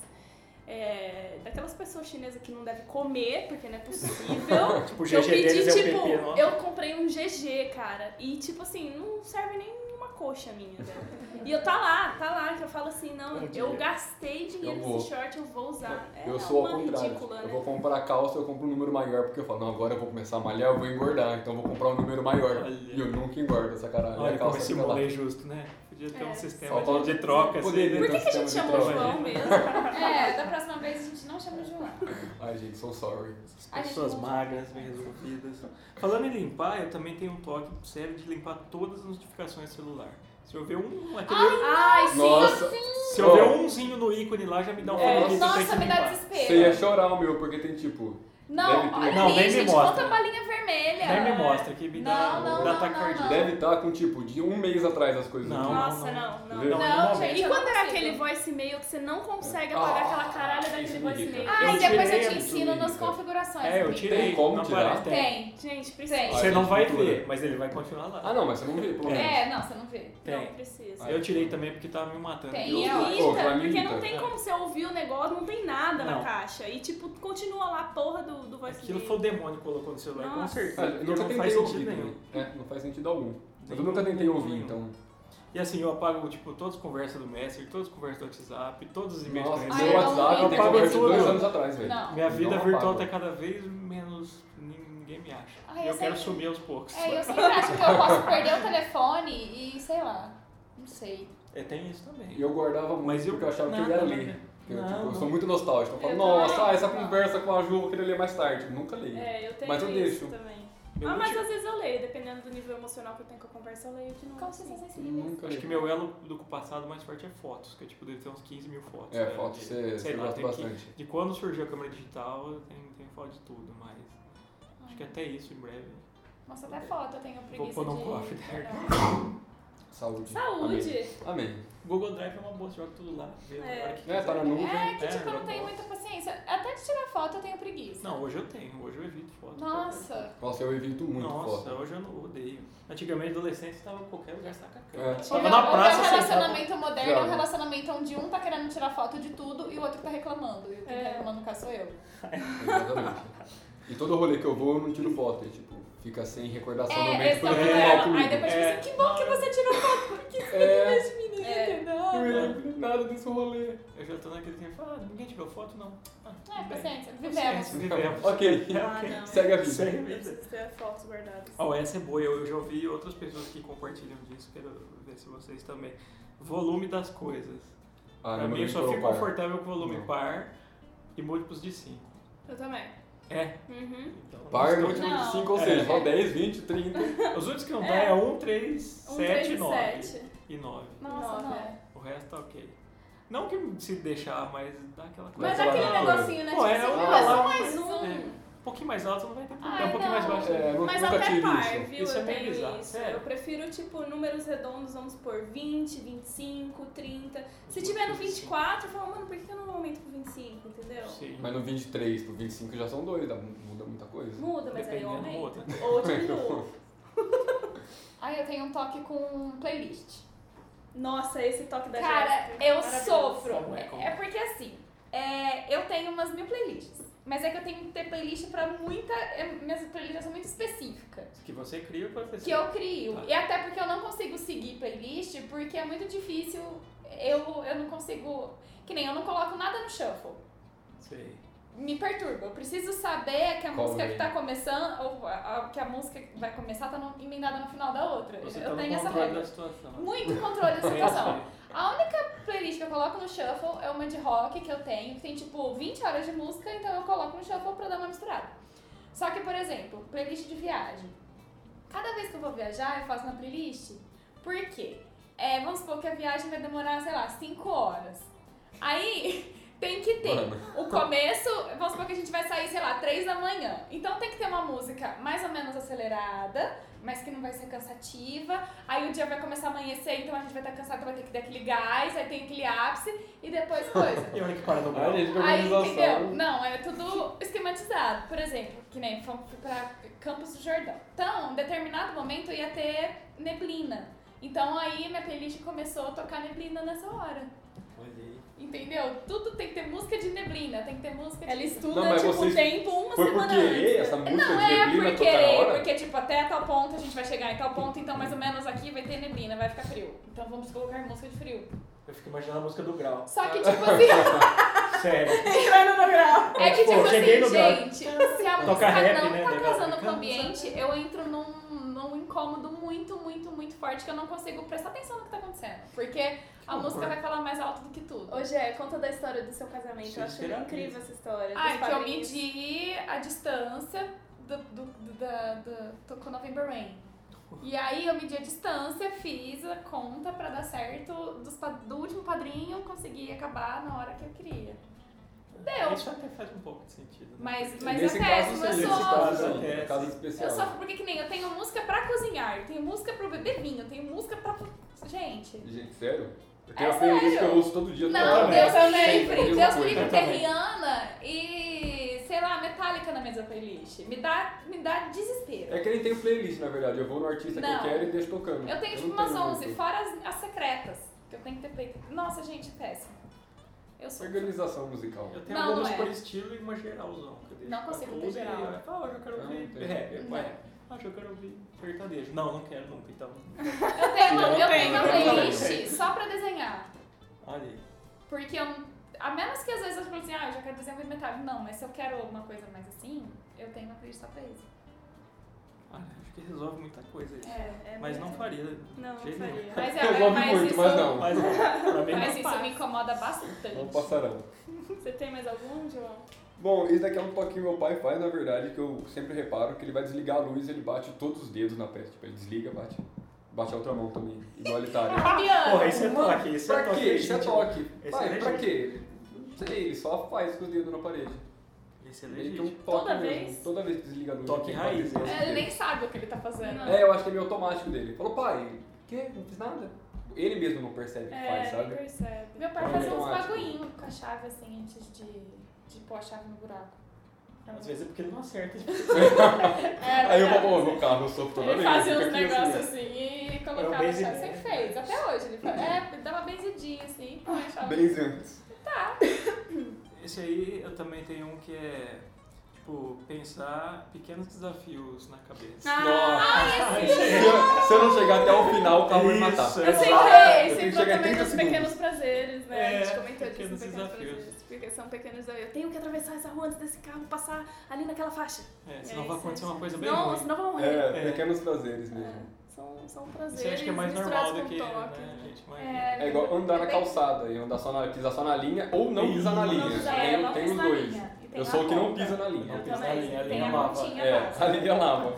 [SPEAKER 4] É, daquelas pessoas chinesas que não devem comer, porque não é possível.
[SPEAKER 1] Tipo, o
[SPEAKER 4] eu
[SPEAKER 1] GG deles é o
[SPEAKER 4] tipo,
[SPEAKER 1] PP, nossa.
[SPEAKER 4] eu comprei um GG, cara. E tipo assim, não serve nem uma coxa minha, velho. E eu tá lá, tá lá, que eu falo assim, não,
[SPEAKER 1] É o
[SPEAKER 4] eu,
[SPEAKER 1] dinheiro.
[SPEAKER 4] gastei dinheiro
[SPEAKER 3] Eu vou.
[SPEAKER 4] nesse short, eu vou usar. É
[SPEAKER 3] eu sou
[SPEAKER 4] uma
[SPEAKER 3] ao contrário.
[SPEAKER 4] ridícula,
[SPEAKER 3] eu
[SPEAKER 4] né?
[SPEAKER 3] vou comprar calça, eu compro um número maior, porque eu falo, não, agora eu vou começar a malhar, eu vou engordar, então eu vou comprar um número maior.
[SPEAKER 1] Olha.
[SPEAKER 3] E eu nunca engordo essa caralho. e
[SPEAKER 1] Olha
[SPEAKER 3] a
[SPEAKER 1] como
[SPEAKER 3] calça
[SPEAKER 1] esse
[SPEAKER 3] fica lá.
[SPEAKER 1] mundo é justo, né? Podia ter
[SPEAKER 4] É.
[SPEAKER 1] um
[SPEAKER 3] Só
[SPEAKER 1] sistema
[SPEAKER 3] falta-
[SPEAKER 1] de, de troca,
[SPEAKER 3] poderia
[SPEAKER 1] assim,
[SPEAKER 4] Por
[SPEAKER 1] né?
[SPEAKER 4] que, que a gente
[SPEAKER 3] Estamos
[SPEAKER 4] chama o
[SPEAKER 1] então,
[SPEAKER 4] João
[SPEAKER 1] né?
[SPEAKER 4] mesmo?
[SPEAKER 2] É, da próxima vez a gente não chama o João.
[SPEAKER 3] Ai, gente, sou sorry.
[SPEAKER 2] Ai, gente,
[SPEAKER 1] Pessoas
[SPEAKER 2] não.
[SPEAKER 1] magras, bem resolvidas. Falando em limpar, eu também tenho um toque sério de limpar todas as notificações do celular. Se eu ver um, aquele-
[SPEAKER 4] Ai, sim.
[SPEAKER 3] Nossa,
[SPEAKER 1] se eu ver
[SPEAKER 3] Ô.
[SPEAKER 1] umzinho no ícone lá, já me dá um
[SPEAKER 4] É,
[SPEAKER 1] feliz, eu tenho
[SPEAKER 2] Nossa,
[SPEAKER 1] que
[SPEAKER 2] me dá
[SPEAKER 1] limpar.
[SPEAKER 2] desespero.
[SPEAKER 3] você ia chorar o meu, porque tem tipo. Deve
[SPEAKER 2] Não,
[SPEAKER 3] ter.
[SPEAKER 2] olha
[SPEAKER 1] Não,
[SPEAKER 2] aí,
[SPEAKER 1] nem me
[SPEAKER 2] gente,
[SPEAKER 1] mostra.
[SPEAKER 2] conta a balinha vermelha.
[SPEAKER 4] é.
[SPEAKER 1] Nem me mostra, que me dá,
[SPEAKER 2] Não, não,
[SPEAKER 1] dá
[SPEAKER 2] não,
[SPEAKER 1] taquicardia.
[SPEAKER 2] não, não.
[SPEAKER 3] Deve estar com tipo de um mês atrás as coisas
[SPEAKER 1] Não.
[SPEAKER 3] aqui.
[SPEAKER 4] Nossa, não, não.
[SPEAKER 3] Viu?
[SPEAKER 2] Não,
[SPEAKER 1] Normalmente.
[SPEAKER 2] gente,
[SPEAKER 4] E
[SPEAKER 2] eu
[SPEAKER 4] quando
[SPEAKER 2] não
[SPEAKER 4] era
[SPEAKER 2] consigo.
[SPEAKER 4] aquele voice mail que você não consegue apagar
[SPEAKER 3] Ah,
[SPEAKER 4] aquela caralha
[SPEAKER 3] isso
[SPEAKER 4] daquele
[SPEAKER 3] me
[SPEAKER 4] voice
[SPEAKER 3] irrita.
[SPEAKER 4] mail?
[SPEAKER 2] Ai,
[SPEAKER 1] Eu
[SPEAKER 2] depois eu
[SPEAKER 1] tirei
[SPEAKER 2] te
[SPEAKER 3] isso,
[SPEAKER 2] ensino nas
[SPEAKER 3] Lívia.
[SPEAKER 2] configurações.
[SPEAKER 1] É, eu
[SPEAKER 2] amiga.
[SPEAKER 1] tirei,
[SPEAKER 3] Tem como
[SPEAKER 1] não
[SPEAKER 3] tirar?
[SPEAKER 1] aparece.
[SPEAKER 2] Tem.
[SPEAKER 4] Gente, precisa.
[SPEAKER 2] Tem.
[SPEAKER 1] Você não vai
[SPEAKER 3] Tem.
[SPEAKER 1] ver, mas ele vai continuar lá.
[SPEAKER 3] Ah, não, mas você não vê, pelo menos.
[SPEAKER 2] É, não, você não vê.
[SPEAKER 4] Não,
[SPEAKER 1] Tem.
[SPEAKER 4] precisa.
[SPEAKER 3] Ai,
[SPEAKER 1] Eu tirei também porque tava me matando.
[SPEAKER 2] Tem.
[SPEAKER 4] E
[SPEAKER 2] é ótimo.
[SPEAKER 3] Pô, pra mim tá.
[SPEAKER 4] irrita, porque
[SPEAKER 3] irrita.
[SPEAKER 4] não tem como você ouvir o negócio, não tem nada na
[SPEAKER 1] Não.
[SPEAKER 4] caixa. E tipo, continua lá a porra do, do voice
[SPEAKER 1] Aquilo
[SPEAKER 4] mail.
[SPEAKER 1] foi o demônio que colocou no celular, com
[SPEAKER 4] Nossa.
[SPEAKER 3] Ah,
[SPEAKER 1] certeza.
[SPEAKER 3] eu
[SPEAKER 1] porque
[SPEAKER 3] nunca
[SPEAKER 1] não
[SPEAKER 3] tentei
[SPEAKER 1] faz
[SPEAKER 3] ouvir.
[SPEAKER 1] sentido nenhum.
[SPEAKER 3] também. É, não faz sentido algum. Mas eu
[SPEAKER 1] Nenhum,
[SPEAKER 3] nunca tentei ouvir,
[SPEAKER 1] nenhum.
[SPEAKER 3] então.
[SPEAKER 1] E assim, eu apago, tipo, todas as conversas do Messenger, todas as conversas do WhatsApp, todos os e-mails
[SPEAKER 3] Nossa,
[SPEAKER 1] que eu
[SPEAKER 2] Ai,
[SPEAKER 3] meu
[SPEAKER 1] recebo.
[SPEAKER 4] Ah,
[SPEAKER 2] eu não
[SPEAKER 3] WhatsApp
[SPEAKER 2] vi.
[SPEAKER 3] tem
[SPEAKER 1] Eu apago
[SPEAKER 3] conversa de dois
[SPEAKER 1] tudo.
[SPEAKER 3] anos atrás, velho.
[SPEAKER 2] Não.
[SPEAKER 1] Minha vida
[SPEAKER 3] Não
[SPEAKER 1] virtual
[SPEAKER 3] apago.
[SPEAKER 1] tá cada vez menos. ninguém me acha.
[SPEAKER 2] Ai,
[SPEAKER 1] E
[SPEAKER 2] eu
[SPEAKER 1] eu quero
[SPEAKER 2] sei.
[SPEAKER 1] sumir aos poucos.
[SPEAKER 2] É, eu sempre acho que eu posso perder o telefone e sei lá. Não sei.
[SPEAKER 1] É, tem isso também.
[SPEAKER 3] E eu guardava muito
[SPEAKER 1] Mas eu-
[SPEAKER 3] porque eu achava que
[SPEAKER 1] Não,
[SPEAKER 3] eu ia
[SPEAKER 1] não,
[SPEAKER 3] ler.
[SPEAKER 1] não.
[SPEAKER 3] Eu,
[SPEAKER 1] Não,
[SPEAKER 3] tipo, eu
[SPEAKER 1] não.
[SPEAKER 3] sou muito nostálgico. Eu falo,
[SPEAKER 4] Eu
[SPEAKER 3] nossa,
[SPEAKER 4] também.
[SPEAKER 3] ah, essa conversa com a Ju eu queria ler mais tarde. Eu nunca leio.
[SPEAKER 4] É, eu tenho
[SPEAKER 3] Mas eu deixo.
[SPEAKER 4] isso também.
[SPEAKER 1] Meu
[SPEAKER 4] ah, mas
[SPEAKER 1] último-
[SPEAKER 4] às vezes eu leio, dependendo do nível emocional que eu tenho com a conversa, eu leio de novo.
[SPEAKER 2] Como
[SPEAKER 4] assim.
[SPEAKER 2] vocês são sensíveis?
[SPEAKER 3] Nunca
[SPEAKER 1] Acho que
[SPEAKER 3] leio.
[SPEAKER 1] meu elo do passado mais forte é fotos, que eu tipo, devo ter uns 15 mil fotos.
[SPEAKER 3] É,
[SPEAKER 1] né,
[SPEAKER 3] foto
[SPEAKER 1] de-
[SPEAKER 3] você
[SPEAKER 1] sei
[SPEAKER 3] você
[SPEAKER 1] lá,
[SPEAKER 3] gosta
[SPEAKER 1] tem que-
[SPEAKER 3] bastante.
[SPEAKER 1] De quando surgiu a câmera digital, eu tenho, tenho foto de tudo, mas acho que até isso em breve.
[SPEAKER 2] Nossa, Ah, até foto eu tenho preguiça
[SPEAKER 1] pôr num
[SPEAKER 2] de...
[SPEAKER 1] cofre da
[SPEAKER 2] guardar.
[SPEAKER 3] Saúde.
[SPEAKER 4] Saúde!
[SPEAKER 3] Amém. Amém.
[SPEAKER 1] Google Drive é uma boa, você joga tudo lá. vê na
[SPEAKER 4] É.
[SPEAKER 1] hora que
[SPEAKER 3] É, tá na
[SPEAKER 1] quiser.
[SPEAKER 3] nuvem.
[SPEAKER 2] É, que
[SPEAKER 1] É,
[SPEAKER 2] tipo, eu não
[SPEAKER 1] eu
[SPEAKER 2] tenho
[SPEAKER 1] gosto.
[SPEAKER 2] muita paciência. Até de tirar foto eu tenho preguiça.
[SPEAKER 1] Não, hoje eu tenho, hoje eu evito foto.
[SPEAKER 2] Nossa.
[SPEAKER 3] Nossa, eu evito muito
[SPEAKER 1] Nossa,
[SPEAKER 3] foto.
[SPEAKER 1] hoje eu não odeio. Antigamente, adolescente, você tava em qualquer lugar, você tava com a câmera.
[SPEAKER 3] É.
[SPEAKER 1] Tava
[SPEAKER 2] Ou é-
[SPEAKER 1] na
[SPEAKER 2] ou
[SPEAKER 1] praça, assim,
[SPEAKER 2] é um
[SPEAKER 1] você tava...
[SPEAKER 2] relacionamento moderno, é
[SPEAKER 3] Claro.
[SPEAKER 2] um relacionamento onde um tá querendo tirar foto de tudo e o outro tá reclamando. E o que
[SPEAKER 4] É.
[SPEAKER 2] tá reclamando cá sou eu.
[SPEAKER 3] Exatamente. E todo rolê que eu vou, eu não tiro foto. E, tipo, fica sem recordação no
[SPEAKER 2] É,
[SPEAKER 3] momento
[SPEAKER 2] esse é o
[SPEAKER 3] porque eu fico mal
[SPEAKER 2] problema. Aí
[SPEAKER 3] comigo.
[SPEAKER 2] depois
[SPEAKER 1] É.
[SPEAKER 2] tipo assim, que bom que você tirou foto, porque você
[SPEAKER 3] É.
[SPEAKER 2] é. de menina,
[SPEAKER 4] É.
[SPEAKER 2] não.
[SPEAKER 3] Eu não lembro nada desse rolê.
[SPEAKER 1] Eu já tô naquele tempo, ah, ninguém tirou foto, não. Ah, tudo
[SPEAKER 2] É,
[SPEAKER 1] bem.
[SPEAKER 2] paciência,
[SPEAKER 1] Paciência,
[SPEAKER 2] vivemos.
[SPEAKER 1] Vivemos.
[SPEAKER 3] Ok.
[SPEAKER 1] É,
[SPEAKER 4] Ah,
[SPEAKER 1] ok.
[SPEAKER 4] não.
[SPEAKER 3] Segue a vida.
[SPEAKER 1] Segue a
[SPEAKER 4] Eu
[SPEAKER 1] vida.
[SPEAKER 4] preciso ter fotos guardadas.
[SPEAKER 1] Oh, essa é boa, eu, eu já ouvi outras pessoas que compartilham disso, quero ver se vocês também. Volume das coisas. pra
[SPEAKER 3] Ah, não
[SPEAKER 1] mim, eu
[SPEAKER 3] me
[SPEAKER 1] só fico
[SPEAKER 3] preocupar.
[SPEAKER 1] confortável com volume
[SPEAKER 3] Não.
[SPEAKER 1] par e múltiplos de 5.
[SPEAKER 4] Eu também.
[SPEAKER 1] É,
[SPEAKER 4] Uhum.
[SPEAKER 1] então.
[SPEAKER 3] Par
[SPEAKER 1] os
[SPEAKER 3] no
[SPEAKER 1] últimos-
[SPEAKER 3] último de
[SPEAKER 2] Não.
[SPEAKER 3] 5, tipo, ou
[SPEAKER 1] É.
[SPEAKER 3] seja, só 10, 20, 30.
[SPEAKER 1] Os últimos que não
[SPEAKER 4] É.
[SPEAKER 1] dá é 1, 3, 7, 9
[SPEAKER 4] sete.
[SPEAKER 1] e 9.
[SPEAKER 2] Nossa,
[SPEAKER 4] Nove,
[SPEAKER 2] não.
[SPEAKER 4] é.
[SPEAKER 1] O resto tá ok. Não que se deixar, mas dá aquela coisa.
[SPEAKER 4] Mas
[SPEAKER 3] Mas
[SPEAKER 4] aquele
[SPEAKER 3] lá-
[SPEAKER 4] negocinho, né?
[SPEAKER 1] Pô,
[SPEAKER 4] Tipo
[SPEAKER 1] é
[SPEAKER 4] assim,
[SPEAKER 1] um
[SPEAKER 4] ah, só
[SPEAKER 1] lá,
[SPEAKER 4] mais
[SPEAKER 1] mas-
[SPEAKER 4] um.
[SPEAKER 1] é. Um pouquinho mais alto não vai ter problema.
[SPEAKER 2] Ai,
[SPEAKER 1] um pouquinho mais
[SPEAKER 2] não.
[SPEAKER 1] baixo.
[SPEAKER 3] É, eu nu-
[SPEAKER 4] Mas
[SPEAKER 3] nunca
[SPEAKER 4] até
[SPEAKER 3] tive
[SPEAKER 4] par,
[SPEAKER 3] isso.
[SPEAKER 4] viu?
[SPEAKER 1] Isso é
[SPEAKER 4] eu
[SPEAKER 1] meio
[SPEAKER 4] tenho
[SPEAKER 1] bizarro,
[SPEAKER 4] isso.
[SPEAKER 1] sério.
[SPEAKER 4] Eu prefiro, tipo, números redondos, vamos supor, 20, 25, 30. Se tiver no 24, eu falo, mano, por que eu não aumento pro 25, entendeu?
[SPEAKER 1] Sim.
[SPEAKER 3] Mas no 23 pro 25 já são dois, dá- muda muita coisa.
[SPEAKER 4] Muda, mas aí eu
[SPEAKER 1] Dependendo,
[SPEAKER 4] aumento.
[SPEAKER 1] muda.
[SPEAKER 4] Ou diminuo.
[SPEAKER 2] Ai, eu tenho um toque com playlist.
[SPEAKER 4] Nossa, esse toque da
[SPEAKER 2] Cara,
[SPEAKER 4] Jéssica.
[SPEAKER 2] eu
[SPEAKER 4] é Maravilhoso.
[SPEAKER 2] sofro.
[SPEAKER 1] Como é, como é?
[SPEAKER 2] É porque assim, é, eu tenho umas mil playlists. Mas é que eu tenho que ter playlist pra muita. é, Minhas playlists são muito específicas.
[SPEAKER 1] Que você cria pra você.
[SPEAKER 2] que eu crio.
[SPEAKER 1] Tá.
[SPEAKER 2] E até porque eu não consigo seguir playlist, porque é muito difícil. Eu, eu não consigo. Que nem eu não coloco nada no shuffle.
[SPEAKER 1] Sei.
[SPEAKER 2] Me perturba. Eu preciso saber que a
[SPEAKER 3] Qual
[SPEAKER 2] música
[SPEAKER 3] vem?
[SPEAKER 2] que tá começando, ou a- a- que a música que vai começar tá no- emendada no final da outra.
[SPEAKER 1] Você
[SPEAKER 2] eu
[SPEAKER 1] tá no
[SPEAKER 2] tenho essa
[SPEAKER 1] controle da
[SPEAKER 2] regra.
[SPEAKER 1] situação.
[SPEAKER 2] Muito controle da situação.
[SPEAKER 1] Entendi.
[SPEAKER 2] A única playlist que eu coloco no shuffle é uma de rock que eu tenho, que tem tipo 20 horas de música, então eu coloco no shuffle pra dar uma misturada. Só que, por exemplo, playlist de viagem. Cada vez que eu vou viajar, eu faço na playlist. Por quê? é, vamos supor que a viagem vai demorar, sei lá, 5 horas. Aí tem que ter
[SPEAKER 3] Mano.
[SPEAKER 2] o começo, vamos supor que a gente vai sair, sei lá, 3 da manhã. Então tem que ter uma música mais ou menos acelerada, mas que não vai ser cansativa. Aí o dia vai começar a amanhecer, então a gente vai estar cansado, vai ter que dar aquele gás, aí tem aquele ápice e depois coisa.
[SPEAKER 1] E olha que para do
[SPEAKER 3] Olha, gente, que
[SPEAKER 2] Aí, entendeu?
[SPEAKER 3] organização.
[SPEAKER 2] Não, é tudo esquematizado. Por exemplo, que nem fomos pra Campos do Jordão. Então, em determinado momento ia ter neblina. Então aí minha playlist começou a tocar neblina nessa hora. Entendeu? Tudo tem que ter música de neblina, tem que ter música de...
[SPEAKER 4] Ela estuda,
[SPEAKER 3] Não, mas
[SPEAKER 4] tipo,
[SPEAKER 3] vocês-
[SPEAKER 4] o tempo uma
[SPEAKER 3] Foi por
[SPEAKER 4] semana
[SPEAKER 3] querer
[SPEAKER 4] antes.
[SPEAKER 3] essa música
[SPEAKER 2] Não
[SPEAKER 3] de
[SPEAKER 2] é
[SPEAKER 3] neblina
[SPEAKER 2] por
[SPEAKER 3] toda
[SPEAKER 2] querer,
[SPEAKER 3] hora?
[SPEAKER 2] porque tipo, até tal ponto a gente vai chegar em tal ponto, então mais ou menos aqui vai ter neblina, vai ficar frio. Então vamos colocar música de frio.
[SPEAKER 1] Eu fico imaginando a música do grau.
[SPEAKER 2] Só que tipo assim...
[SPEAKER 1] Sério.
[SPEAKER 4] Entrando no grau.
[SPEAKER 2] É que,
[SPEAKER 1] Tipo,
[SPEAKER 2] tipo
[SPEAKER 1] cheguei
[SPEAKER 2] assim,
[SPEAKER 1] no grau.
[SPEAKER 2] gente, se a música
[SPEAKER 1] Toca rap,
[SPEAKER 2] não
[SPEAKER 1] né,
[SPEAKER 2] tá
[SPEAKER 1] legal.
[SPEAKER 2] casando com o
[SPEAKER 1] Cansa.
[SPEAKER 2] ambiente, eu entro num, num incômodo muito, muito, muito forte que eu não consigo prestar atenção no que tá acontecendo. Porque a
[SPEAKER 1] horror.
[SPEAKER 2] música vai falar mais alto do que tudo.
[SPEAKER 4] Ô, Gé, conta da história do seu casamento. Eu acho
[SPEAKER 1] Gente,
[SPEAKER 4] incrível essa história.
[SPEAKER 2] Ah, é
[SPEAKER 4] dos
[SPEAKER 2] que eu
[SPEAKER 4] padrinhos.
[SPEAKER 2] medi a distância do, do, do, da, do, Tocou November Rain. E aí eu medi a distância, fiz a conta pra dar certo dos, pa- do último padrinho, consegui acabar na hora que eu queria. Deu.
[SPEAKER 1] Isso até faz um pouco de sentido. Né?
[SPEAKER 2] Mas, mas
[SPEAKER 3] Nesse
[SPEAKER 2] é
[SPEAKER 3] caso,
[SPEAKER 2] péssimo, eu
[SPEAKER 3] sim,
[SPEAKER 2] sou...
[SPEAKER 3] nesse caso,
[SPEAKER 1] sou-
[SPEAKER 3] sim, no caso
[SPEAKER 2] Eu
[SPEAKER 3] especial.
[SPEAKER 2] sofro porque que nem eu tenho música pra cozinhar, eu tenho música pra beber vinho, eu tenho música pra. Gente.
[SPEAKER 3] Gente, sério? Eu tenho
[SPEAKER 2] É
[SPEAKER 3] uma playlist que
[SPEAKER 2] sério.
[SPEAKER 3] eu ouço todo dia. toda
[SPEAKER 2] Não,
[SPEAKER 3] hora.
[SPEAKER 1] também.
[SPEAKER 2] Deus me
[SPEAKER 3] Sempre,
[SPEAKER 2] livre.
[SPEAKER 3] mesma
[SPEAKER 2] Deus me
[SPEAKER 3] coisa.
[SPEAKER 2] livre
[SPEAKER 1] Eu
[SPEAKER 2] ter
[SPEAKER 1] também.
[SPEAKER 2] Rihanna e, sei lá, Metallica na mesma playlist. Me dá, me dá desespero.
[SPEAKER 3] É que nem tem playlist, na verdade. Eu vou no artista
[SPEAKER 2] Não.
[SPEAKER 3] que eu quero e deixo tocando.
[SPEAKER 2] Eu tenho tipo
[SPEAKER 3] não né?
[SPEAKER 2] umas
[SPEAKER 3] muito.
[SPEAKER 2] 11, fora as, as secretas, que eu tenho que ter feito. Nossa, gente, é péssimo. Eu sou.
[SPEAKER 3] Organização musical.
[SPEAKER 1] Eu tenho
[SPEAKER 2] Não,
[SPEAKER 1] algumas
[SPEAKER 2] não é.
[SPEAKER 1] por estilo e uma geralzão. que eu deixo
[SPEAKER 2] Não consigo
[SPEAKER 1] pra
[SPEAKER 2] ter
[SPEAKER 1] tudo e
[SPEAKER 2] geral.
[SPEAKER 1] eu- Ah, hoje eu quero
[SPEAKER 3] Eu não
[SPEAKER 1] ouvir
[SPEAKER 3] tenho.
[SPEAKER 1] rap.
[SPEAKER 2] Não.
[SPEAKER 1] Ué, hoje eu quero ouvir sertanejo. Não, não quero nunca, então.
[SPEAKER 2] Eu tenho uma,
[SPEAKER 3] Não
[SPEAKER 2] eu
[SPEAKER 3] tem,
[SPEAKER 2] tenho uma
[SPEAKER 3] não tem.
[SPEAKER 2] playlist só pra desenhar.
[SPEAKER 1] Olha aí.
[SPEAKER 2] Porque eu, a menos que às vezes eu falo assim, ah, eu já quero desenhar muito metálico. Não, mas se eu quero alguma coisa mais assim, eu tenho uma playlist só pra isso.
[SPEAKER 1] Olha, Ah, acho que resolve muita coisa isso.
[SPEAKER 4] É, é
[SPEAKER 1] Mas não
[SPEAKER 4] muito-
[SPEAKER 1] faria. né?
[SPEAKER 4] Não, não
[SPEAKER 1] Genial.
[SPEAKER 4] faria.
[SPEAKER 2] Mas, é,
[SPEAKER 3] Resolve
[SPEAKER 2] mas
[SPEAKER 3] muito,
[SPEAKER 2] isso,
[SPEAKER 3] mas não.
[SPEAKER 1] Mas é, tá pra mim
[SPEAKER 2] Mas
[SPEAKER 1] não.
[SPEAKER 2] isso é me incomoda bastante.
[SPEAKER 3] Não passarão.
[SPEAKER 4] Você tem mais algum, João?
[SPEAKER 3] Bom, esse daqui é um toque que meu pai faz, na verdade, que eu sempre reparo, que ele vai desligar a luz e ele bate todos os dedos na peça. Tipo, ele desliga, bate. Bate a outra mão também, tá, igualitário.
[SPEAKER 2] Fabiano,
[SPEAKER 1] Porra, isso é
[SPEAKER 3] Mano,
[SPEAKER 1] toque, isso é
[SPEAKER 3] pra
[SPEAKER 1] toque.
[SPEAKER 3] quê? Isso é
[SPEAKER 1] legítimo.
[SPEAKER 3] toque.
[SPEAKER 1] Esse
[SPEAKER 3] Pai,
[SPEAKER 1] é
[SPEAKER 3] pra
[SPEAKER 1] legítimo.
[SPEAKER 3] quê? Não sei, ele só faz com os dedos na parede.
[SPEAKER 1] Esse é
[SPEAKER 3] Meio que um
[SPEAKER 1] legítimo.
[SPEAKER 3] toque
[SPEAKER 4] Toda
[SPEAKER 3] mesmo.
[SPEAKER 4] vez? É,
[SPEAKER 3] Toda vez que desliga a luz.
[SPEAKER 1] Toque
[SPEAKER 3] ele tem que
[SPEAKER 1] raiz, né?
[SPEAKER 3] bater todos os
[SPEAKER 2] ele nem
[SPEAKER 3] dedos.
[SPEAKER 2] sabe o que ele tá fazendo.
[SPEAKER 4] Não.
[SPEAKER 3] É, eu acho que é meio automático dele. Falou, pai, que? Não fiz nada. Ele mesmo não percebe o que faz,
[SPEAKER 4] é, nem
[SPEAKER 3] sabe?
[SPEAKER 4] percebe.
[SPEAKER 2] Meu pai
[SPEAKER 3] É
[SPEAKER 2] fazia uns
[SPEAKER 3] automático.
[SPEAKER 2] bagulhinhos com a chave assim antes de, de pôr a chave no buraco.
[SPEAKER 1] Às vezes é porque ele não acerta.
[SPEAKER 2] É,
[SPEAKER 3] Aí eu
[SPEAKER 2] verdade.
[SPEAKER 3] vou, no carro, eu sofro toda
[SPEAKER 2] Ele
[SPEAKER 3] vez.
[SPEAKER 2] fazia
[SPEAKER 3] fica
[SPEAKER 2] uns
[SPEAKER 3] aqui, assim,
[SPEAKER 2] negócios
[SPEAKER 3] ó.
[SPEAKER 2] assim e
[SPEAKER 1] É um
[SPEAKER 2] colocava a chave.
[SPEAKER 1] benzimento.
[SPEAKER 2] Sempre fez, até hoje. Ele faz. É, dá uma benzidinha assim,
[SPEAKER 3] Ah,
[SPEAKER 2] põe a chave.
[SPEAKER 3] Bem antes.
[SPEAKER 1] Esse aí eu também tenho um que é, tipo, pensar pequenos desafios na cabeça.
[SPEAKER 4] Ah.
[SPEAKER 1] Ah,
[SPEAKER 2] Ah,
[SPEAKER 3] Nossa. Se eu- se eu não chegar até o final, o carro vai me matar.
[SPEAKER 1] Isso,
[SPEAKER 4] Eu
[SPEAKER 1] exato.
[SPEAKER 4] sei que
[SPEAKER 3] Eu
[SPEAKER 4] você
[SPEAKER 3] tenho que
[SPEAKER 4] entrou
[SPEAKER 3] chegar em
[SPEAKER 4] também
[SPEAKER 3] 30
[SPEAKER 4] nos
[SPEAKER 3] segundos.
[SPEAKER 4] pequenos prazeres, né? a gente
[SPEAKER 1] É,
[SPEAKER 4] comentou disso,
[SPEAKER 1] pequenos
[SPEAKER 4] nos pequenos
[SPEAKER 1] desafios.
[SPEAKER 4] prazeres. Porque são pequenos desafios. Eu tenho que atravessar essa rua antes desse carro passar ali naquela faixa.
[SPEAKER 1] É,
[SPEAKER 4] É,
[SPEAKER 1] senão vai
[SPEAKER 4] isso,
[SPEAKER 1] acontecer
[SPEAKER 4] isso.
[SPEAKER 1] uma coisa bem
[SPEAKER 4] Não,
[SPEAKER 1] ruim.
[SPEAKER 4] senão vão morrer.
[SPEAKER 3] É, pequenos prazeres mesmo.
[SPEAKER 4] São, são
[SPEAKER 1] Isso eu
[SPEAKER 4] prazeres
[SPEAKER 1] acho que é mais
[SPEAKER 4] misturados
[SPEAKER 1] normal do
[SPEAKER 4] com
[SPEAKER 1] que
[SPEAKER 4] toque.
[SPEAKER 1] né, gente mais...
[SPEAKER 3] É igual andar na calçada e andar só na, pisar só na linha ou não
[SPEAKER 1] Ih,
[SPEAKER 3] pisar na
[SPEAKER 1] não
[SPEAKER 3] linha.
[SPEAKER 1] pisar,
[SPEAKER 3] Tem-
[SPEAKER 4] É, não
[SPEAKER 3] tem
[SPEAKER 4] pisa
[SPEAKER 3] os
[SPEAKER 4] na
[SPEAKER 3] dois.
[SPEAKER 4] linha. E tem
[SPEAKER 3] Eu
[SPEAKER 4] na
[SPEAKER 3] sou o que não
[SPEAKER 4] ponta.
[SPEAKER 3] pisa na linha.
[SPEAKER 1] Eu
[SPEAKER 3] Eu
[SPEAKER 1] também,
[SPEAKER 3] piso na linha,
[SPEAKER 1] tem
[SPEAKER 3] linha
[SPEAKER 1] a
[SPEAKER 3] lava.
[SPEAKER 2] montinha
[SPEAKER 3] É,
[SPEAKER 2] básica.
[SPEAKER 3] a linha lava.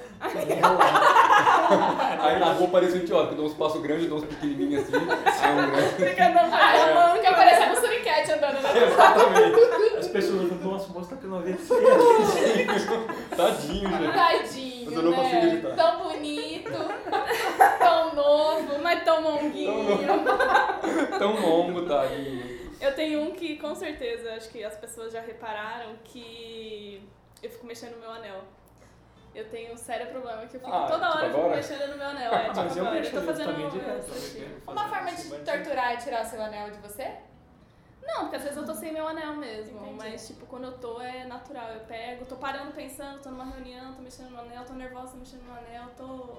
[SPEAKER 3] Aí na rua parece um idiota, que eu dou uns passos grandes, dou uns pequenininhos assim. aí um grande.
[SPEAKER 4] Fica andando com
[SPEAKER 2] Ah,
[SPEAKER 3] É.
[SPEAKER 4] a mão,
[SPEAKER 2] eu- fica parecendo um suriquete andando na
[SPEAKER 3] Exatamente.
[SPEAKER 1] As pessoas falam, nossa, o moço tá com 90
[SPEAKER 3] tipo, Tadinho, gente.
[SPEAKER 2] Tadinho,
[SPEAKER 3] Mas eu não
[SPEAKER 2] né?
[SPEAKER 3] consigo evitar.
[SPEAKER 2] Tão bonito, tão novo, mas tão monguinho.
[SPEAKER 3] Tão tá longo, tadinho.
[SPEAKER 4] Eu tenho um que com certeza acho que as pessoas já repararam que eu fico mexendo no meu anel. Eu tenho um sério problema que eu fico
[SPEAKER 3] Ah, tipo
[SPEAKER 4] toda hora eu fico
[SPEAKER 3] agora?
[SPEAKER 4] mexendo no meu anel. É, tipo,
[SPEAKER 1] Mas eu
[SPEAKER 4] agora.
[SPEAKER 1] mexo
[SPEAKER 4] tô
[SPEAKER 1] nisso
[SPEAKER 4] fazendo
[SPEAKER 1] também
[SPEAKER 4] um-
[SPEAKER 1] direto. né,
[SPEAKER 4] eu
[SPEAKER 1] eu
[SPEAKER 4] assisti.
[SPEAKER 1] quero
[SPEAKER 2] Uma
[SPEAKER 3] um
[SPEAKER 1] fazer
[SPEAKER 2] forma
[SPEAKER 1] isso,
[SPEAKER 2] de
[SPEAKER 1] mas-
[SPEAKER 2] torturar e tirar o seu anel de você?
[SPEAKER 4] Não, porque às vezes eu tô sem meu anel mesmo.
[SPEAKER 2] Entendi.
[SPEAKER 4] Mas, tipo, quando eu tô é natural. Eu pego, tô parando, pensando, tô numa reunião, tô mexendo no meu anel, tô nervosa, tô mexendo no meu anel, tô.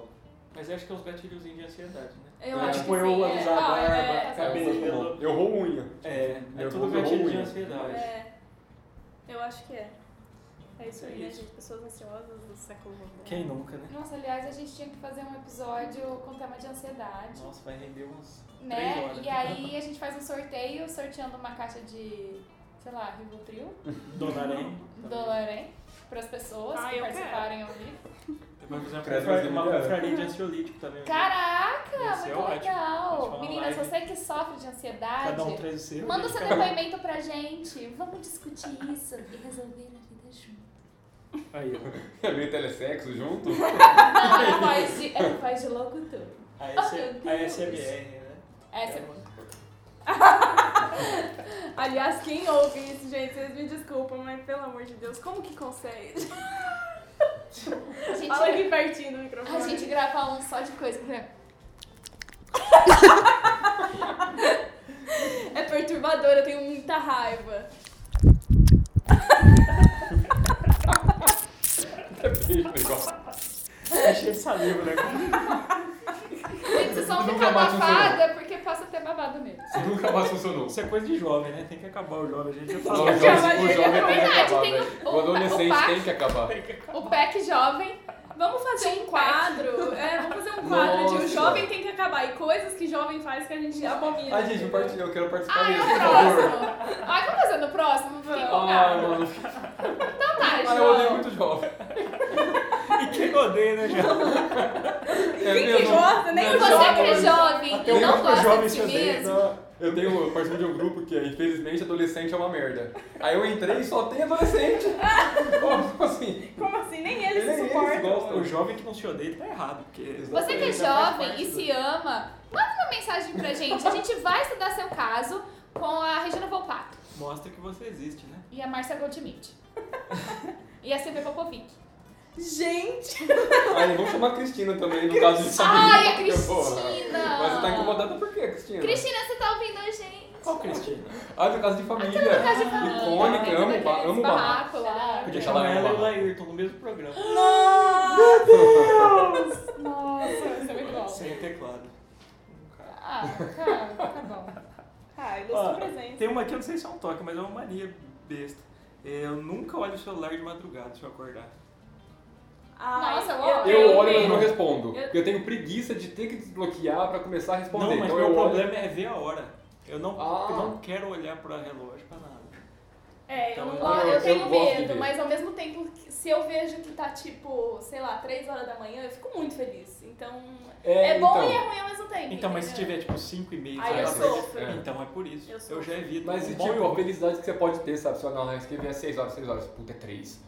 [SPEAKER 1] Mas eu acho que é uns gatilhozinhos de ansiedade, né?
[SPEAKER 4] Eu
[SPEAKER 3] É,
[SPEAKER 4] acho
[SPEAKER 1] tipo,
[SPEAKER 4] que
[SPEAKER 1] eu
[SPEAKER 4] sim, é.
[SPEAKER 1] alisar a
[SPEAKER 4] Não,
[SPEAKER 1] barba, tá?
[SPEAKER 4] é,
[SPEAKER 3] É, eu sou
[SPEAKER 1] cabelo.
[SPEAKER 3] bom. Eu roo unha.
[SPEAKER 1] É, é
[SPEAKER 3] Eu
[SPEAKER 1] tudo
[SPEAKER 3] vou-
[SPEAKER 1] gatilho de
[SPEAKER 3] eu-
[SPEAKER 1] ansiedade.
[SPEAKER 4] É. Eu acho que é. É isso
[SPEAKER 1] É
[SPEAKER 4] aí, né,
[SPEAKER 1] isso.
[SPEAKER 4] gente? Pessoas ansiosas do século XXI.
[SPEAKER 1] Quem nunca, né?
[SPEAKER 2] Nossa, aliás, a gente tinha que fazer um episódio com tema de ansiedade,
[SPEAKER 1] Nossa, vai render umas 3
[SPEAKER 2] né?
[SPEAKER 1] horas.
[SPEAKER 2] E aí a gente faz um sorteio, sorteando uma caixa de sei lá, Rivotril,
[SPEAKER 1] Donarém.
[SPEAKER 2] Dolarém, para as pessoas
[SPEAKER 4] Ah,
[SPEAKER 2] que
[SPEAKER 4] eu
[SPEAKER 2] participarem ao vivo.
[SPEAKER 1] Vai fazer uma
[SPEAKER 3] Credo,
[SPEAKER 1] confra-
[SPEAKER 3] mas
[SPEAKER 1] uma
[SPEAKER 3] é melhor.
[SPEAKER 1] confraria de ansiolítico também.
[SPEAKER 2] Caraca,
[SPEAKER 1] Ia ser
[SPEAKER 2] muito
[SPEAKER 1] ótimo. Ótima
[SPEAKER 2] legal!
[SPEAKER 1] live.
[SPEAKER 2] Meninas, você que sofre de ansiedade,
[SPEAKER 1] Cada um traz o seu.
[SPEAKER 2] manda o
[SPEAKER 1] né?
[SPEAKER 2] seu depoimento pra gente. Vamos discutir isso e resolver na vida junto.
[SPEAKER 1] Aí, ó.
[SPEAKER 3] É meio telesexo junto?
[SPEAKER 2] Não, é a voz de, é a voz de locutor.
[SPEAKER 1] A,
[SPEAKER 2] meu
[SPEAKER 1] S- a
[SPEAKER 2] Deus.
[SPEAKER 1] SMR, né? É
[SPEAKER 2] Essa é
[SPEAKER 1] uma-
[SPEAKER 4] Aliás, quem ouve isso, gente, vocês me desculpam, mas pelo amor de Deus, como que consegue?
[SPEAKER 2] a gente-
[SPEAKER 4] Olha aqui pertinho do microfone.
[SPEAKER 2] A gente grava um só de coisa. né?
[SPEAKER 4] É perturbador, eu tenho muita raiva.
[SPEAKER 3] É bem legal.
[SPEAKER 1] É cheio de saliva, né?
[SPEAKER 2] Gente, vocês vão
[SPEAKER 3] Nunca
[SPEAKER 2] ficar
[SPEAKER 3] mais funcionou.
[SPEAKER 2] babada porque passa até babado mesmo.
[SPEAKER 3] Isso nunca mais funcionou.
[SPEAKER 1] Isso é coisa de jovem, né? Tem que acabar o jovem. A gente já
[SPEAKER 3] Não,
[SPEAKER 1] falou.
[SPEAKER 3] o
[SPEAKER 4] já-
[SPEAKER 3] jovem, o jovem tem que
[SPEAKER 2] Verdade,
[SPEAKER 3] acabar,
[SPEAKER 2] tem o-
[SPEAKER 3] velho.
[SPEAKER 2] o-
[SPEAKER 3] O adolescente
[SPEAKER 2] o
[SPEAKER 3] tem que acabar.
[SPEAKER 2] O pack jovem.
[SPEAKER 4] Vamos fazer um quadro. É, vamos fazer um quadro de o
[SPEAKER 3] Nossa.
[SPEAKER 4] jovem tem que acabar e coisas que jovem faz que a gente abomina.
[SPEAKER 3] Ah, gente, eu,
[SPEAKER 4] entendeu?
[SPEAKER 3] partilho, eu quero participar
[SPEAKER 2] Ah, é
[SPEAKER 3] mesmo,
[SPEAKER 2] o
[SPEAKER 3] por favor.
[SPEAKER 2] próximo. Ai, vamos fazer no próximo? Fiquei
[SPEAKER 3] Ah,
[SPEAKER 2] empolgada.
[SPEAKER 3] mano.
[SPEAKER 2] Então tá,
[SPEAKER 3] Ah, eu odeio
[SPEAKER 2] João.
[SPEAKER 3] muito jovem.
[SPEAKER 1] E quem odeia, né, jovem?
[SPEAKER 3] É
[SPEAKER 4] Quem que
[SPEAKER 3] mesmo?
[SPEAKER 4] gosta, nem o
[SPEAKER 2] Você
[SPEAKER 4] jovem.
[SPEAKER 2] que é jovem
[SPEAKER 1] Até
[SPEAKER 2] e
[SPEAKER 1] o
[SPEAKER 2] não
[SPEAKER 1] único
[SPEAKER 2] gosta
[SPEAKER 1] jovem
[SPEAKER 2] de
[SPEAKER 1] se
[SPEAKER 2] si
[SPEAKER 1] odeia.
[SPEAKER 3] então.
[SPEAKER 2] mesmo.
[SPEAKER 1] não.
[SPEAKER 3] Eu tenho, eu participo de um grupo que é, infelizmente, adolescente é uma merda. Aí eu entrei e só tem adolescente. Como assim?
[SPEAKER 4] Como assim? Nem
[SPEAKER 3] Nem
[SPEAKER 4] ele se
[SPEAKER 3] eles
[SPEAKER 4] suporta.
[SPEAKER 3] gostam.
[SPEAKER 1] O jovem que não se odeia tá errado, porque...
[SPEAKER 2] Você que é
[SPEAKER 3] Exatamente, faz
[SPEAKER 2] jovem
[SPEAKER 3] parte
[SPEAKER 2] e
[SPEAKER 3] do-
[SPEAKER 2] se ama, manda uma mensagem pra gente. A gente vai estudar seu caso com a Regina Volpato
[SPEAKER 1] Mostra que você existe, né?
[SPEAKER 2] e a Márcia Goldschmidt. E a Silvia Popovic.
[SPEAKER 4] Gente!
[SPEAKER 3] Aí vamos chamar a Cristina também, no caso de família.
[SPEAKER 2] Ai, a
[SPEAKER 3] Porque, porra,
[SPEAKER 2] Cristina!
[SPEAKER 3] Mas você tá incomodada por quê, Cristina?
[SPEAKER 2] Cristina, você tá ouvindo a gente?
[SPEAKER 1] Qual é Cristina?
[SPEAKER 3] Ah, no caso de família.
[SPEAKER 2] Casa tá de família,
[SPEAKER 3] Icônica,
[SPEAKER 2] né?
[SPEAKER 3] amo, ba- amo barraco.
[SPEAKER 2] barraco lá.
[SPEAKER 1] Podia
[SPEAKER 3] Deixa ela
[SPEAKER 1] chamar ela e o
[SPEAKER 3] falar.
[SPEAKER 1] Laírton no mesmo programa.
[SPEAKER 4] Nossa!
[SPEAKER 2] Nossa, isso é muito bom.
[SPEAKER 1] Sem teclado. Cara.
[SPEAKER 2] Ah, tá, tá bom.
[SPEAKER 4] Ai, gostou
[SPEAKER 1] Ó,
[SPEAKER 4] do presente.
[SPEAKER 1] Tem uma aqui, eu não sei se é um toque, mas é uma mania besta. É, Eu nunca olho o celular de madrugada se eu acordar.
[SPEAKER 4] Ai,
[SPEAKER 2] Nossa,
[SPEAKER 3] Eu
[SPEAKER 2] Eu
[SPEAKER 3] olho, mas
[SPEAKER 2] mesmo.
[SPEAKER 3] não respondo.
[SPEAKER 4] Eu-
[SPEAKER 3] Eu tenho preguiça de ter que desbloquear pra começar a responder.
[SPEAKER 1] Não, mas
[SPEAKER 3] então
[SPEAKER 1] meu
[SPEAKER 3] eu olho.
[SPEAKER 1] problema é ver a hora. Eu não,
[SPEAKER 3] Ah.
[SPEAKER 1] eu não quero olhar pra relógio pra nada.
[SPEAKER 4] É, eu, não,
[SPEAKER 1] Então,
[SPEAKER 4] gosto-
[SPEAKER 3] eu-
[SPEAKER 4] eu tenho
[SPEAKER 3] eu gosto de
[SPEAKER 4] medo,
[SPEAKER 3] ver.
[SPEAKER 4] mas ao mesmo tempo, que- se eu vejo que tá tipo, sei lá, 3 horas da manhã, eu fico muito feliz. Então, é, bom
[SPEAKER 3] então.
[SPEAKER 4] e é ruim ao mesmo tempo.
[SPEAKER 1] Então, mas se
[SPEAKER 4] entendeu?
[SPEAKER 1] tiver tipo 5 e meia,
[SPEAKER 4] Aí eu
[SPEAKER 3] Ah,
[SPEAKER 1] seis
[SPEAKER 3] sou.
[SPEAKER 1] da
[SPEAKER 4] sofro.
[SPEAKER 3] é.
[SPEAKER 1] tarde, então é por isso.
[SPEAKER 4] Eu
[SPEAKER 1] Eu,
[SPEAKER 4] sofro.
[SPEAKER 1] já evito.
[SPEAKER 3] Mas
[SPEAKER 1] um
[SPEAKER 3] e
[SPEAKER 1] bom e
[SPEAKER 3] tipo,
[SPEAKER 1] um
[SPEAKER 3] a
[SPEAKER 1] ruim.
[SPEAKER 3] felicidade que você pode ter, sabe? Se eu não escrever às 6 horas, 6 horas, puta, é 3.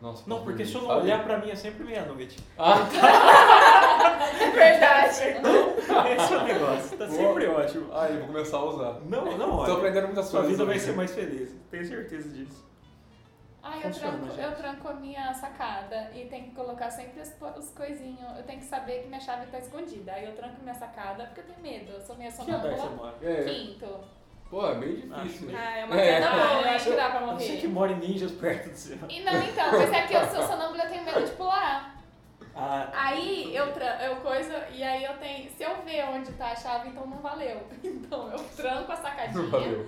[SPEAKER 3] Nossa,
[SPEAKER 1] Não, porque se eu não
[SPEAKER 3] Uhum. sabe?
[SPEAKER 1] olhar pra mim é sempre meia-noite.
[SPEAKER 3] Ah,
[SPEAKER 4] É verdade.
[SPEAKER 1] Esse é o negócio. Tá
[SPEAKER 3] Boa.
[SPEAKER 1] sempre ótimo.
[SPEAKER 3] aí Ah, eu vou começar a usar.
[SPEAKER 1] Não, não
[SPEAKER 3] Tô
[SPEAKER 1] olha.
[SPEAKER 3] aprendendo muitas
[SPEAKER 1] Sua
[SPEAKER 3] coisas. né?
[SPEAKER 1] vida vai
[SPEAKER 3] hoje.
[SPEAKER 1] ser mais feliz. Tenho certeza disso.
[SPEAKER 2] Ai, eu
[SPEAKER 1] Funciona,
[SPEAKER 2] tranco,
[SPEAKER 1] gente.
[SPEAKER 2] eu tranco a minha sacada e tenho que colocar sempre os, po- os coisinhos. Eu tenho que saber que minha chave tá escondida. Aí eu tranco minha sacada porque eu tenho medo. Eu sou meio
[SPEAKER 1] Que andar você
[SPEAKER 2] sonâmbula.
[SPEAKER 1] mora?
[SPEAKER 3] É,
[SPEAKER 2] Quinto.
[SPEAKER 3] pô, é bem
[SPEAKER 1] Acho
[SPEAKER 3] difícil.
[SPEAKER 1] que-
[SPEAKER 4] Ah, é uma
[SPEAKER 3] É.
[SPEAKER 4] queda
[SPEAKER 2] Não,
[SPEAKER 4] boa,
[SPEAKER 2] eu
[SPEAKER 4] né?
[SPEAKER 2] acho que dá pra
[SPEAKER 1] Você que
[SPEAKER 2] morrer.
[SPEAKER 1] mora em ninjas perto do seu.
[SPEAKER 2] E não, então, mas é que eu sou sonâmbula, eu tenho medo de pular.
[SPEAKER 1] Ah,
[SPEAKER 2] Aí eu, tra- eu coisa, e aí eu tenho. Se eu ver onde tá a chave, então não valeu. Então eu tranco a
[SPEAKER 3] Não
[SPEAKER 2] sacadinha.
[SPEAKER 3] valeu.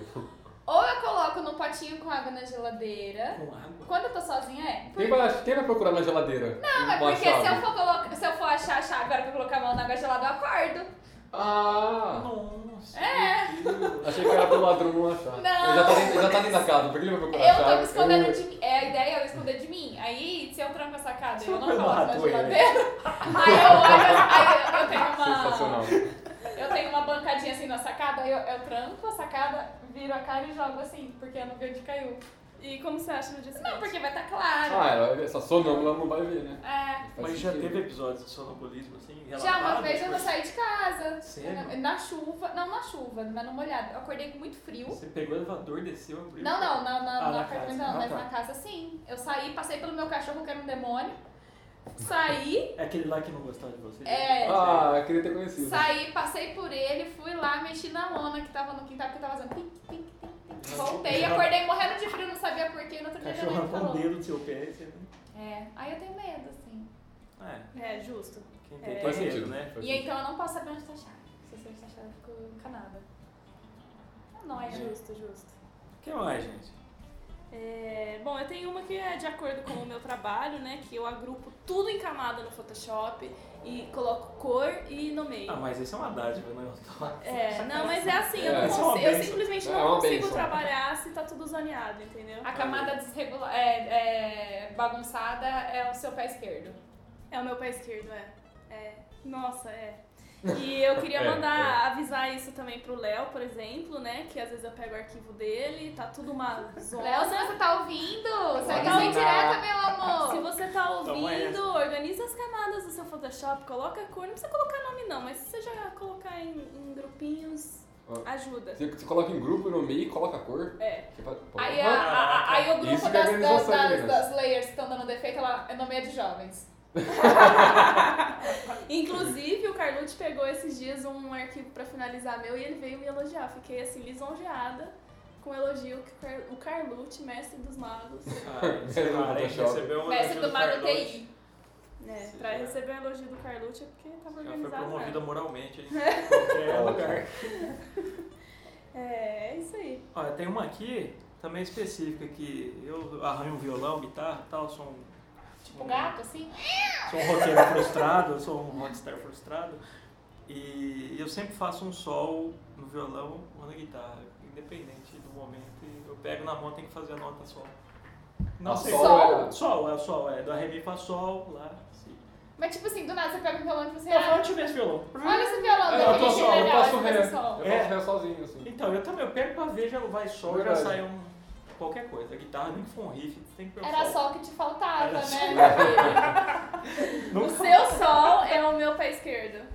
[SPEAKER 2] Ou eu coloco num potinho com água na geladeira.
[SPEAKER 1] com água.
[SPEAKER 2] Quando eu tô sozinha é.
[SPEAKER 3] Quem vai, quem vai procurar na geladeira?
[SPEAKER 2] Não, é
[SPEAKER 1] um
[SPEAKER 3] Uma
[SPEAKER 2] porque se eu,
[SPEAKER 3] chave?
[SPEAKER 2] for colocar, se eu for achar a chave agora pra colocar a mão na água gelada, eu acordo.
[SPEAKER 3] Ah,
[SPEAKER 1] Nossa. É.
[SPEAKER 3] achei que era pro ladrão não achar.
[SPEAKER 2] Não.
[SPEAKER 3] Ele já tá dentro, ele já tá dentro da casa, por que ele vai procurar a
[SPEAKER 2] Eu tô
[SPEAKER 3] chave?
[SPEAKER 2] me escondendo de mim. É, a ideia é eu esconder de mim. Aí, se eu tranco a sacada e eu não
[SPEAKER 1] Você é uma
[SPEAKER 2] coloco na
[SPEAKER 1] raposa, né?
[SPEAKER 2] geladeira, aí eu olho, aí eu- eu tenho
[SPEAKER 3] Sensacional.
[SPEAKER 2] uma... Eu tenho uma bancadinha assim na sacada, aí eu, eu tranco a sacada, viro a cara e jogo assim, porque eu não vi onde caiu.
[SPEAKER 4] E como você acha no dia seguinte?
[SPEAKER 2] Não, porque vai estar claro.
[SPEAKER 3] Ah, ela, essa sonâmbula não vai ver, né?
[SPEAKER 2] É.
[SPEAKER 3] Faz
[SPEAKER 1] Mas já
[SPEAKER 3] sentido.
[SPEAKER 1] teve episódios de sonambulismo assim?
[SPEAKER 2] Já uma
[SPEAKER 1] relatado?
[SPEAKER 2] vez eu não saí de casa.
[SPEAKER 1] Sério?
[SPEAKER 2] Na chuva. Não na chuva, mas no molhado. Eu acordei com muito frio.
[SPEAKER 1] Você pegou o elevador, desceu, abriu.
[SPEAKER 2] Não, não, não, não,
[SPEAKER 1] Ah,
[SPEAKER 2] no
[SPEAKER 1] na
[SPEAKER 2] apartamento
[SPEAKER 1] casa.
[SPEAKER 2] não,
[SPEAKER 1] Ah,
[SPEAKER 2] mas
[SPEAKER 1] tá.
[SPEAKER 2] na casa sim. Eu saí, passei pelo meu cachorro que era um demônio. Saí,
[SPEAKER 1] É aquele lá que não gostava de você?
[SPEAKER 2] é,
[SPEAKER 3] Ah, eu queria ter conhecido.
[SPEAKER 2] saí, passei por ele, fui lá, mexi na lona que tava no quintal, porque tava fazendo pink, pink, pink, pink. Voltei, acordei morrendo de frio, não sabia porquê, no outro dia minha
[SPEAKER 1] Cachorro
[SPEAKER 2] mãe
[SPEAKER 1] arrancou o
[SPEAKER 2] falou.
[SPEAKER 1] dedo do seu pé e você não.
[SPEAKER 2] É, aí eu tenho medo, assim.
[SPEAKER 1] É,
[SPEAKER 4] É, justo.
[SPEAKER 1] quem tem
[SPEAKER 4] É.
[SPEAKER 1] tem
[SPEAKER 3] Faz
[SPEAKER 1] medo,
[SPEAKER 3] sentido,
[SPEAKER 1] né?
[SPEAKER 3] Faz
[SPEAKER 2] E
[SPEAKER 3] sentido.
[SPEAKER 2] então eu não posso saber onde tá a chave. Se eu sei onde tá a chave, eu fico encanada. Não, é
[SPEAKER 4] Justo, justo.
[SPEAKER 1] O que mais, gente?
[SPEAKER 4] É, bom, eu tenho uma que é de acordo com o meu trabalho, né? Que eu agrupo tudo em camada no Photoshop e coloco cor e nomeio.
[SPEAKER 1] Ah, mas isso é uma dádiva, né? Eu tô-
[SPEAKER 4] É, não, mas é assim, eu,
[SPEAKER 3] É,
[SPEAKER 4] não
[SPEAKER 3] isso é
[SPEAKER 1] uma
[SPEAKER 4] consigo, eu
[SPEAKER 1] benção.
[SPEAKER 4] simplesmente
[SPEAKER 3] É uma
[SPEAKER 4] não consigo
[SPEAKER 3] benção.
[SPEAKER 4] trabalhar se tá tudo zoneado, entendeu?
[SPEAKER 2] A camada desregula- é, é, bagunçada é o seu pé esquerdo.
[SPEAKER 4] É o meu pé esquerdo, é. É. Nossa, é. E eu queria
[SPEAKER 3] É,
[SPEAKER 4] mandar avisar isso também pro Léo, por exemplo, né? Que às vezes eu pego o arquivo dele, tá tudo uma zona.
[SPEAKER 2] Léo, se você tá ouvindo, segue
[SPEAKER 3] Tá
[SPEAKER 2] sem
[SPEAKER 3] ouvindo.
[SPEAKER 2] direta, meu
[SPEAKER 4] Se
[SPEAKER 2] amor.
[SPEAKER 4] você tá
[SPEAKER 1] Toma
[SPEAKER 4] ouvindo, organiza as camadas do seu Photoshop, coloca a cor, não precisa colocar nome não, mas se você já colocar em, em grupinhos,
[SPEAKER 3] Ó.
[SPEAKER 4] ajuda.
[SPEAKER 3] Você, você coloca em grupo, nomeia e coloca a cor.
[SPEAKER 4] É.
[SPEAKER 3] Você pode- pode-
[SPEAKER 2] Aí, a- a- a- aí o grupo
[SPEAKER 3] Isso que
[SPEAKER 2] das,
[SPEAKER 3] é
[SPEAKER 2] das,
[SPEAKER 3] organização,
[SPEAKER 2] das,
[SPEAKER 3] meninas.
[SPEAKER 2] das layers que estão dando defeito, ela é nomeia de jovens.
[SPEAKER 4] Inclusive, o Carlucci pegou esses dias um arquivo pra finalizar meu e ele veio me elogiar. Fiquei assim, lisonjeada com o elogio que o Car- o Carlucci, mestre dos magos,
[SPEAKER 1] Ah, sei lá, aí
[SPEAKER 3] Photoshop.
[SPEAKER 1] recebeu um
[SPEAKER 2] Mestre
[SPEAKER 1] elogio
[SPEAKER 2] do Mario
[SPEAKER 1] Cardoso.
[SPEAKER 2] TI.
[SPEAKER 4] né?
[SPEAKER 1] Sim,
[SPEAKER 4] Pra
[SPEAKER 1] é.
[SPEAKER 4] receber o elogio do Carlucci é porque tava
[SPEAKER 1] Ela foi
[SPEAKER 4] organizado.
[SPEAKER 1] promovida
[SPEAKER 4] né?
[SPEAKER 1] moralmente em qualquer um lugar.
[SPEAKER 4] É, é isso aí.
[SPEAKER 1] Olha, tem uma aqui, também específica, que eu arranho um violão, guitarra e tal, sou um...
[SPEAKER 2] Tipo gato, assim.
[SPEAKER 1] Sou um roqueiro frustrado, eu sou um rockstar frustrado. E eu sempre faço um sol no violão ou na guitarra, independente do momento. e Eu pego na mão, tenho que fazer a nota sol. Não
[SPEAKER 3] A
[SPEAKER 1] sei.
[SPEAKER 3] sol,
[SPEAKER 2] Sol?
[SPEAKER 3] é-
[SPEAKER 1] Sol, é o sol, é. Do ré, mi, fá, sol, lá. Si.
[SPEAKER 2] Mas tipo assim, do nada você pega um violão e
[SPEAKER 1] Eu
[SPEAKER 2] fala
[SPEAKER 1] falo,
[SPEAKER 2] assim,
[SPEAKER 1] deixa eu ver esse violão.
[SPEAKER 2] ah, olha esse violão,
[SPEAKER 3] É,
[SPEAKER 2] deve
[SPEAKER 3] eu tô
[SPEAKER 2] mexer
[SPEAKER 3] só, eu
[SPEAKER 2] legal,
[SPEAKER 3] faço
[SPEAKER 2] esse faz
[SPEAKER 3] ré.
[SPEAKER 2] um sol.
[SPEAKER 3] Eu
[SPEAKER 1] É.
[SPEAKER 3] faço ré sozinho, assim.
[SPEAKER 1] Então, eu também, eu pego pra ver, já vai sol,
[SPEAKER 3] Verdade.
[SPEAKER 1] já sai um... Qualquer coisa, a guitarra, nem que for um riff, tem que ver o
[SPEAKER 2] Era
[SPEAKER 1] sol.
[SPEAKER 2] só o que te faltava,
[SPEAKER 1] Era
[SPEAKER 2] né?
[SPEAKER 1] só-
[SPEAKER 2] meu filho?
[SPEAKER 4] O
[SPEAKER 1] Nunca...
[SPEAKER 4] seu sol é o meu pé esquerdo.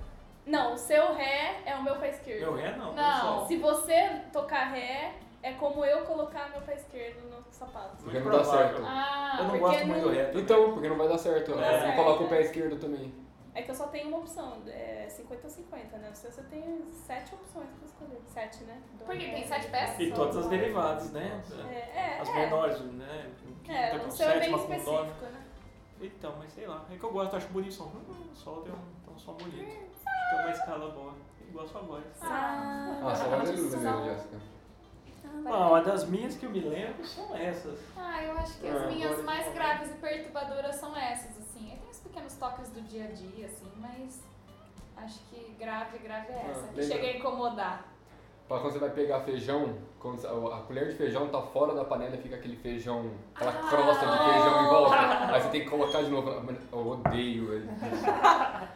[SPEAKER 4] Não, o seu ré é o meu pé esquerdo.
[SPEAKER 1] Meu ré não,
[SPEAKER 2] Não.
[SPEAKER 1] meu sol.
[SPEAKER 4] Se você tocar ré, é como eu colocar meu pé esquerdo no sapato.
[SPEAKER 3] Porque não dá certo.
[SPEAKER 2] Ah,
[SPEAKER 1] Eu não
[SPEAKER 2] porque é
[SPEAKER 1] gosto muito do ré. também.
[SPEAKER 3] Então, porque não vai dar certo.
[SPEAKER 4] Não
[SPEAKER 3] Não,
[SPEAKER 4] dá certo.
[SPEAKER 3] coloca o pé esquerdo também.
[SPEAKER 4] É que eu só tenho uma opção, é 50-50, né? O seu você tem sete opções pra escolher. Sete, né? Do
[SPEAKER 2] Porque
[SPEAKER 4] ré.
[SPEAKER 2] tem sete peças?
[SPEAKER 1] E todas as derivadas, né?
[SPEAKER 4] É, é.
[SPEAKER 1] As
[SPEAKER 4] é.
[SPEAKER 1] menores, né?
[SPEAKER 4] É,
[SPEAKER 1] Quinta com
[SPEAKER 4] o seu é bem
[SPEAKER 1] sétima com nona.
[SPEAKER 4] específico, né?
[SPEAKER 1] Então, mas sei lá. É que eu gosto, acho bonito o som. Hum, o sol tem um, tem um som bonito.
[SPEAKER 4] Hum,
[SPEAKER 1] Tem uma escala boa. Igual a sua voz.
[SPEAKER 4] Ah,
[SPEAKER 3] Ah, só vai ver o
[SPEAKER 2] Sol.
[SPEAKER 3] Jéssica.
[SPEAKER 1] Bom, a Ah, das minhas que eu me lembro são essas.
[SPEAKER 2] Ah, eu acho que as
[SPEAKER 3] É,
[SPEAKER 2] minhas
[SPEAKER 3] agora-
[SPEAKER 2] mais graves e perturbadoras são essas, assim. Eu tenho os pequenos toques do dia a dia, assim, mas acho que grave, grave é
[SPEAKER 3] Ah,
[SPEAKER 2] essa. que
[SPEAKER 3] lembra-
[SPEAKER 2] chega a incomodar.
[SPEAKER 3] Pra quando você vai pegar feijão, quando a colher de feijão tá fora da panela e fica aquele feijão, aquela
[SPEAKER 2] Ah.
[SPEAKER 3] crosta de feijão em volta. Aí você tem que colocar de novo. Eu odeio ele.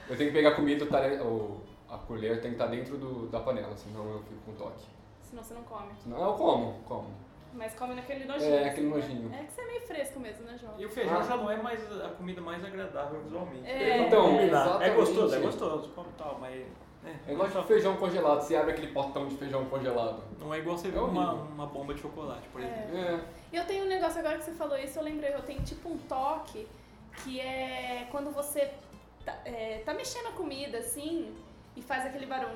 [SPEAKER 3] Eu tenho que pegar a comida, o talher- o- a colher tem que estar dentro do- da panela, senão eu fico com toque.
[SPEAKER 4] Senão você não come.
[SPEAKER 3] Senão eu como, como.
[SPEAKER 4] Mas come naquele nojinho.
[SPEAKER 3] É, aquele
[SPEAKER 4] né?
[SPEAKER 3] nojinho.
[SPEAKER 4] É que você é meio fresco mesmo, né, João?
[SPEAKER 1] E o feijão
[SPEAKER 3] Ah.
[SPEAKER 1] já não é mais a comida mais agradável visualmente.
[SPEAKER 4] É,
[SPEAKER 1] Vamos
[SPEAKER 3] então,
[SPEAKER 1] combinar.
[SPEAKER 3] exatamente.
[SPEAKER 1] É gostoso, é gostoso. Como tal, mas. né,
[SPEAKER 3] É igual de feijão congelado, você abre aquele potão de feijão congelado.
[SPEAKER 1] Não é igual você
[SPEAKER 3] É
[SPEAKER 1] ver uma,
[SPEAKER 3] horrível.
[SPEAKER 1] uma bomba de chocolate, por
[SPEAKER 4] É.
[SPEAKER 1] exemplo.
[SPEAKER 3] É,
[SPEAKER 4] E eu tenho um negócio agora que você falou isso, eu lembrei, eu tenho tipo um toque que é quando você tá, é, tá mexendo a comida assim e faz aquele barulho.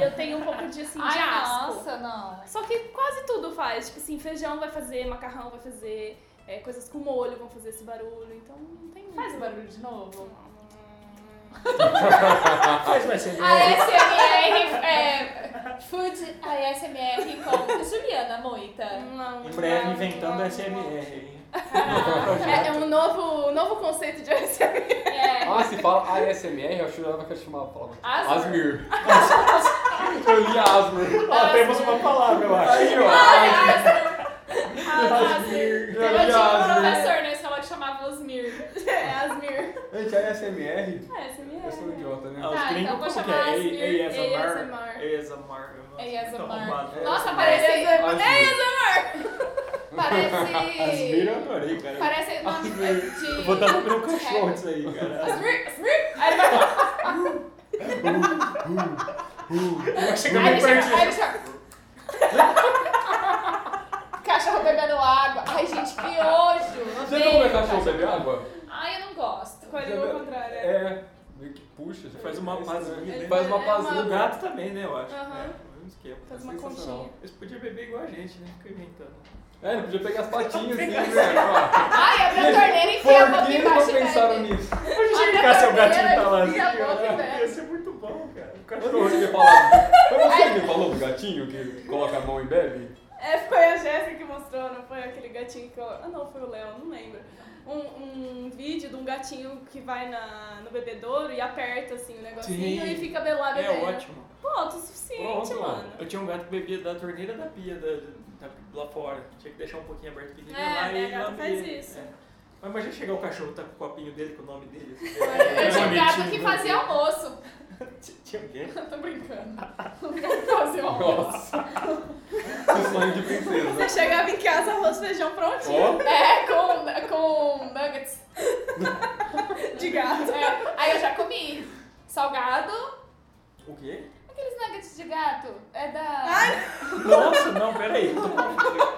[SPEAKER 4] Eu tenho um pouco de assim de
[SPEAKER 2] Ai,
[SPEAKER 4] asco.
[SPEAKER 2] nossa, não.
[SPEAKER 4] Só que quase tudo faz, tipo assim, feijão vai fazer, macarrão vai fazer, é, coisas com molho vão fazer esse barulho, então não tem
[SPEAKER 2] Faz o
[SPEAKER 4] muito.
[SPEAKER 2] barulho de novo.
[SPEAKER 1] Mas vai ser.
[SPEAKER 2] ASMR, é, Food ASMR com Juliana Moita.
[SPEAKER 4] Não,
[SPEAKER 1] Em breve
[SPEAKER 4] não,
[SPEAKER 1] inventando
[SPEAKER 4] não,
[SPEAKER 1] SMR, hein?
[SPEAKER 4] não. É, é um novo, um novo conceito de ASMR.
[SPEAKER 2] É,
[SPEAKER 3] Ah, se fala ASMR, eu acho que ela vai chamar a palavra.
[SPEAKER 2] Asmr.
[SPEAKER 3] Asmir. eu li Asmir.
[SPEAKER 1] Ó, temos uma palavra, eu acho.
[SPEAKER 3] Aí, ó.
[SPEAKER 2] Asmir.
[SPEAKER 1] Tá
[SPEAKER 2] Eu tinha um
[SPEAKER 1] né?
[SPEAKER 2] professor na escola que chamava Osmir.
[SPEAKER 4] É, ASMR.
[SPEAKER 3] Gente, a ASMR,
[SPEAKER 4] É,
[SPEAKER 3] eu sou um
[SPEAKER 4] ASMR.
[SPEAKER 3] idiota, né?
[SPEAKER 1] Ah, os
[SPEAKER 2] Tá,
[SPEAKER 1] gringos,
[SPEAKER 2] então vou
[SPEAKER 1] como que
[SPEAKER 2] chamar
[SPEAKER 1] é?
[SPEAKER 2] as-
[SPEAKER 1] ASMR. ASMR. Nossa, tá arrombado.
[SPEAKER 2] ASMR. Nossa,
[SPEAKER 4] ASMR.
[SPEAKER 2] parece.
[SPEAKER 3] ASMR!
[SPEAKER 1] Asmir eu
[SPEAKER 2] Parece.
[SPEAKER 1] adorei, cara.
[SPEAKER 2] Parece é nome de.
[SPEAKER 1] Eu vou dar pro meu cachorro isso aí, cara.
[SPEAKER 2] Asmir, Asmir. Aí ele vai.
[SPEAKER 1] Vai chegar
[SPEAKER 2] Aí
[SPEAKER 1] bem
[SPEAKER 2] ele chega.
[SPEAKER 1] pertinho.
[SPEAKER 2] Aí ele chega. Cachorro bebendo água. Ai, gente, que nojo. Não
[SPEAKER 3] Você é
[SPEAKER 2] tem.
[SPEAKER 3] não vê cachorro beber água?
[SPEAKER 2] Ai, eu não gosto.
[SPEAKER 4] Escolheu ao contrário. é.
[SPEAKER 3] É, meio que puxa. você
[SPEAKER 1] Faz uma
[SPEAKER 3] é
[SPEAKER 1] paz
[SPEAKER 3] estranho.
[SPEAKER 1] vida, né?
[SPEAKER 3] Faz uma
[SPEAKER 4] É
[SPEAKER 3] pazinha.
[SPEAKER 1] O gato também, né, eu acho.
[SPEAKER 4] Aham.
[SPEAKER 1] É, um esquema.
[SPEAKER 4] Faz uma
[SPEAKER 3] Sensacional.
[SPEAKER 4] conchinha.
[SPEAKER 1] Eles podiam beber igual a gente, né? Fica inventando.
[SPEAKER 3] É, ele podia pegar as patinhas assim, velho. ó.
[SPEAKER 2] Ai, abre a torneira e enfia a
[SPEAKER 3] Por
[SPEAKER 2] boca
[SPEAKER 3] que eles
[SPEAKER 2] embaixo
[SPEAKER 3] não
[SPEAKER 2] e
[SPEAKER 3] pensaram
[SPEAKER 2] bebe.
[SPEAKER 3] nisso?
[SPEAKER 1] Podia
[SPEAKER 2] Abre a
[SPEAKER 1] ficar seu gatinho
[SPEAKER 2] torneira,
[SPEAKER 1] tá lá.
[SPEAKER 2] enfia a boca e bebe.
[SPEAKER 4] É.
[SPEAKER 1] Ia
[SPEAKER 4] né?
[SPEAKER 1] ser muito bom, cara. O
[SPEAKER 3] Eu
[SPEAKER 1] cachorro.
[SPEAKER 3] não ouvi falar. Foi você que me falou do gatinho que coloca a mão e bebe?
[SPEAKER 4] É, foi a Jéssica que mostrou, não foi aquele gatinho que eu. Ah, não, foi o Léo, não lembro. Um, um vídeo de um gatinho que vai na, no bebedouro e aperta assim o negocinho
[SPEAKER 1] Sim.
[SPEAKER 4] e fica belado
[SPEAKER 1] É ótimo.
[SPEAKER 4] Pô, autossuficiente,
[SPEAKER 1] Pronto,
[SPEAKER 4] mano.
[SPEAKER 1] Eu tinha um gato que bebia da torneira da pia da, da- lá fora. Tinha que deixar um pouquinho aberto pequenininho
[SPEAKER 4] É,
[SPEAKER 1] lá
[SPEAKER 4] minha
[SPEAKER 1] e
[SPEAKER 4] gata
[SPEAKER 1] lambia.
[SPEAKER 4] faz isso.
[SPEAKER 1] É. Mas imagina chegar o cachorro tá com o copinho dele, com o nome dele. assim.
[SPEAKER 2] Eu tinha um gato
[SPEAKER 1] Bonitinho,
[SPEAKER 2] que
[SPEAKER 1] né?
[SPEAKER 2] fazia almoço.
[SPEAKER 1] Tinha alguém?
[SPEAKER 2] Tô brincando. Um gato que fazia almoço.
[SPEAKER 3] Nossa. sonho de princesa. né?
[SPEAKER 4] Você chegava em casa, arroz, feijão prontinho.
[SPEAKER 3] Ó,
[SPEAKER 2] É, com, com nuggets
[SPEAKER 4] De gato.
[SPEAKER 2] É, aí eu já comi salgado.
[SPEAKER 1] O quê?
[SPEAKER 2] Aqueles nuggets de gato. É da.
[SPEAKER 1] Nossa, não, peraí. Tô confundindo.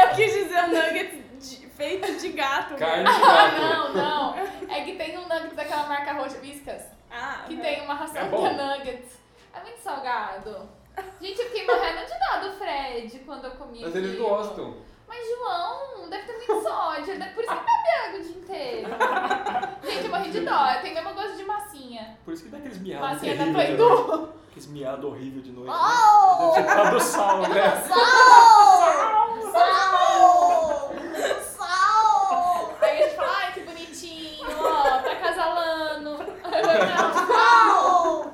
[SPEAKER 4] Eu quis dizer um nugget de- feito de gato.
[SPEAKER 3] carne de
[SPEAKER 2] Ah,
[SPEAKER 3] gato.
[SPEAKER 2] não, não. É que tem um nuggets daquela marca roxa Viscas.
[SPEAKER 4] Ah,
[SPEAKER 2] Que
[SPEAKER 4] é.
[SPEAKER 2] tem uma ração
[SPEAKER 3] É
[SPEAKER 2] que
[SPEAKER 3] bom.
[SPEAKER 2] é nuggets. É muito salgado. Gente, eu fiquei morrendo de dó do Fred quando eu comi.
[SPEAKER 3] Mas eles
[SPEAKER 2] aquilo.
[SPEAKER 3] gostam.
[SPEAKER 2] Mas, João, deve ter muito sódio. deve- Por isso que ele bebe água o dia inteiro. Gente, eu morri de dó. Eu tenho mesmo gosto de massinha.
[SPEAKER 1] Por isso que dá aqueles miados
[SPEAKER 2] Massinha da
[SPEAKER 1] terríveis. de
[SPEAKER 2] Play Doh.
[SPEAKER 1] noite. Aqueles miados horríveis de noite. né?
[SPEAKER 2] Oh!
[SPEAKER 1] Deve ser por causa do sal, né?
[SPEAKER 2] Sal! Sal! Sal! Aí a gente fala, ai que bonitinho, ó, tá casalando. Sal!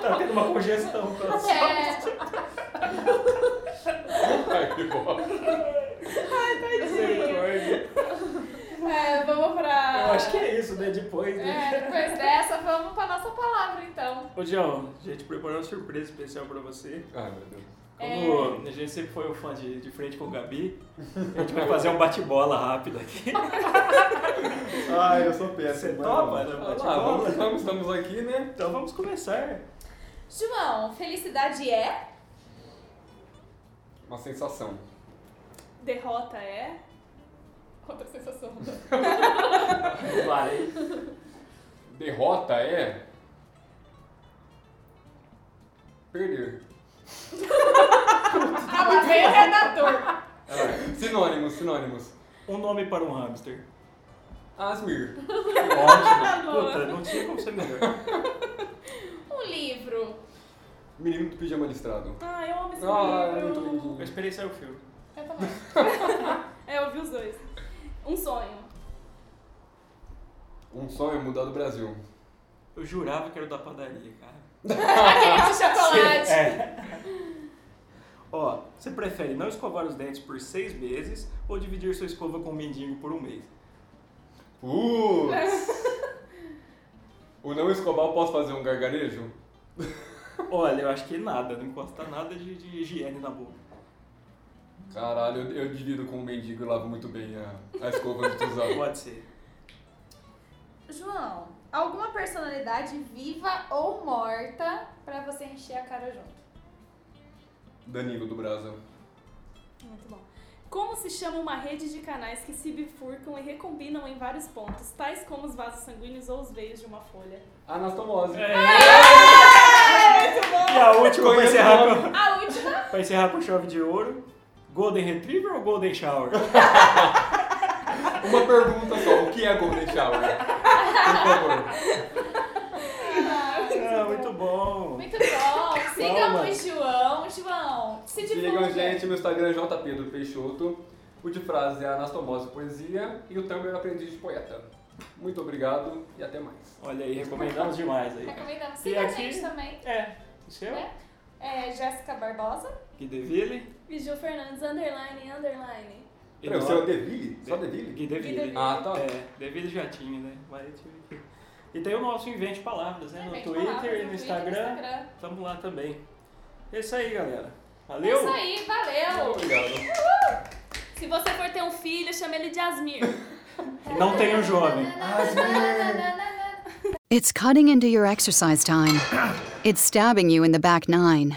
[SPEAKER 1] Tá tendo uma congestão. Tá?
[SPEAKER 2] É,
[SPEAKER 3] Ai, que bosta.
[SPEAKER 4] Tadinho. É, vamos pra.
[SPEAKER 1] Eu acho que é isso, né? Depois, né?
[SPEAKER 2] Ah. é, depois dessa, vamos pra nossa palavra então.
[SPEAKER 1] Ô, João, a gente preparou uma surpresa especial pra você.
[SPEAKER 3] Ai, meu Deus.
[SPEAKER 2] É,
[SPEAKER 1] Como a gente sempre foi um fã de, de frente com o Gabi, a gente vai fazer um bate-bola rápido aqui.
[SPEAKER 5] Ai, eu sou péssimo.
[SPEAKER 1] Você
[SPEAKER 5] mas
[SPEAKER 1] topa,
[SPEAKER 5] não.
[SPEAKER 1] né?
[SPEAKER 3] Vamos lá, vamos,
[SPEAKER 1] Bate-bola?
[SPEAKER 3] vamos, estamos aqui, né?
[SPEAKER 1] Então vamos começar.
[SPEAKER 2] João, felicidade é?
[SPEAKER 3] Uma sensação.
[SPEAKER 4] Derrota é.
[SPEAKER 2] Outra sensação.
[SPEAKER 1] Vai.
[SPEAKER 3] Derrota é. Perder.
[SPEAKER 2] Ah, lá vem o redator.
[SPEAKER 3] Ah, sinônimos, sinônimos.
[SPEAKER 1] Um nome para um hamster.
[SPEAKER 3] Asmir.
[SPEAKER 1] Ótimo. Puta, não tinha como ser melhor.
[SPEAKER 2] Um livro.
[SPEAKER 3] Menino do pijama listrado.
[SPEAKER 4] Ah, eu amo esse
[SPEAKER 3] Ah, é muito
[SPEAKER 4] livro.
[SPEAKER 1] Eu
[SPEAKER 3] lindinho.
[SPEAKER 1] esperei sair o filme.
[SPEAKER 2] Eu também.
[SPEAKER 4] É, eu vi os dois. Um sonho.
[SPEAKER 3] Um sonho é mudar do Brasil.
[SPEAKER 1] Eu jurava que era o da padaria, cara.
[SPEAKER 2] Aquele de chocolate.
[SPEAKER 1] É. Ó, você prefere não escovar os dentes por seis meses ou dividir sua escova com um mendigo por um mês?
[SPEAKER 3] Putz! o não escobar, eu posso fazer um gargarejo?
[SPEAKER 1] Olha, eu acho que nada, não encosta nada de, de higiene na boca.
[SPEAKER 3] Caralho, eu, eu divido com o mendigo e lavo muito bem a, a escova antes de usar.
[SPEAKER 1] Pode ser.
[SPEAKER 2] João, alguma personalidade viva ou morta pra você encher a cara junto?
[SPEAKER 3] Danilo do Brasil.
[SPEAKER 4] Muito bom. Como se chama uma rede de canais que se bifurcam e recombinam em vários pontos, tais como os vasos sanguíneos ou os veios de uma folha?
[SPEAKER 3] Anastomose.
[SPEAKER 1] É. E a última vai
[SPEAKER 3] Conheço
[SPEAKER 1] encerrar,
[SPEAKER 3] o
[SPEAKER 1] com,
[SPEAKER 4] A última.
[SPEAKER 1] vai encerrar com chave de ouro. Golden Retriever ou Golden Shower?
[SPEAKER 3] Uma pergunta só, o que é Golden Shower? Por favor.
[SPEAKER 1] ah, muito bom.
[SPEAKER 2] Muito bom! Sigam
[SPEAKER 1] Calma.
[SPEAKER 2] o João. João, se um divulga.
[SPEAKER 3] Sigam, gente, meu Instagram é JP do Peixoto. O de frase é Anastomose Poesia e o Tumblr é Aprendiz de Poeta. Muito obrigado e até mais.
[SPEAKER 1] Olha aí, recomendamos demais aí. cara.
[SPEAKER 2] Recomendamos. Siga
[SPEAKER 1] E
[SPEAKER 2] a
[SPEAKER 1] aqui?
[SPEAKER 2] gente também.
[SPEAKER 1] É, o seu?
[SPEAKER 2] Né? É, Jéssica Barbosa.
[SPEAKER 1] Gui Deville.
[SPEAKER 4] E Ju Fernandes, underline, underline.
[SPEAKER 1] E
[SPEAKER 3] Peraí, o
[SPEAKER 1] nós-
[SPEAKER 3] seu é Deville? Só Deville?
[SPEAKER 1] Gui Deville.
[SPEAKER 3] Ah, tá.
[SPEAKER 1] É, Deville já tinha, né? Mas tive que... E tem o nosso Invente Palavras, né? No
[SPEAKER 2] Invente
[SPEAKER 1] Twitter,
[SPEAKER 2] Palavras,
[SPEAKER 1] e no Instagram. Tamo lá também. É isso aí, galera.
[SPEAKER 2] É
[SPEAKER 1] Valeu!
[SPEAKER 2] isso aí, valeu!
[SPEAKER 3] Obrigado.
[SPEAKER 4] Se você for ter um filho, chame ele de Asmir.
[SPEAKER 1] E não tenham jovem.
[SPEAKER 6] It's cutting into your exercise time. It's stabbing you in the back nine.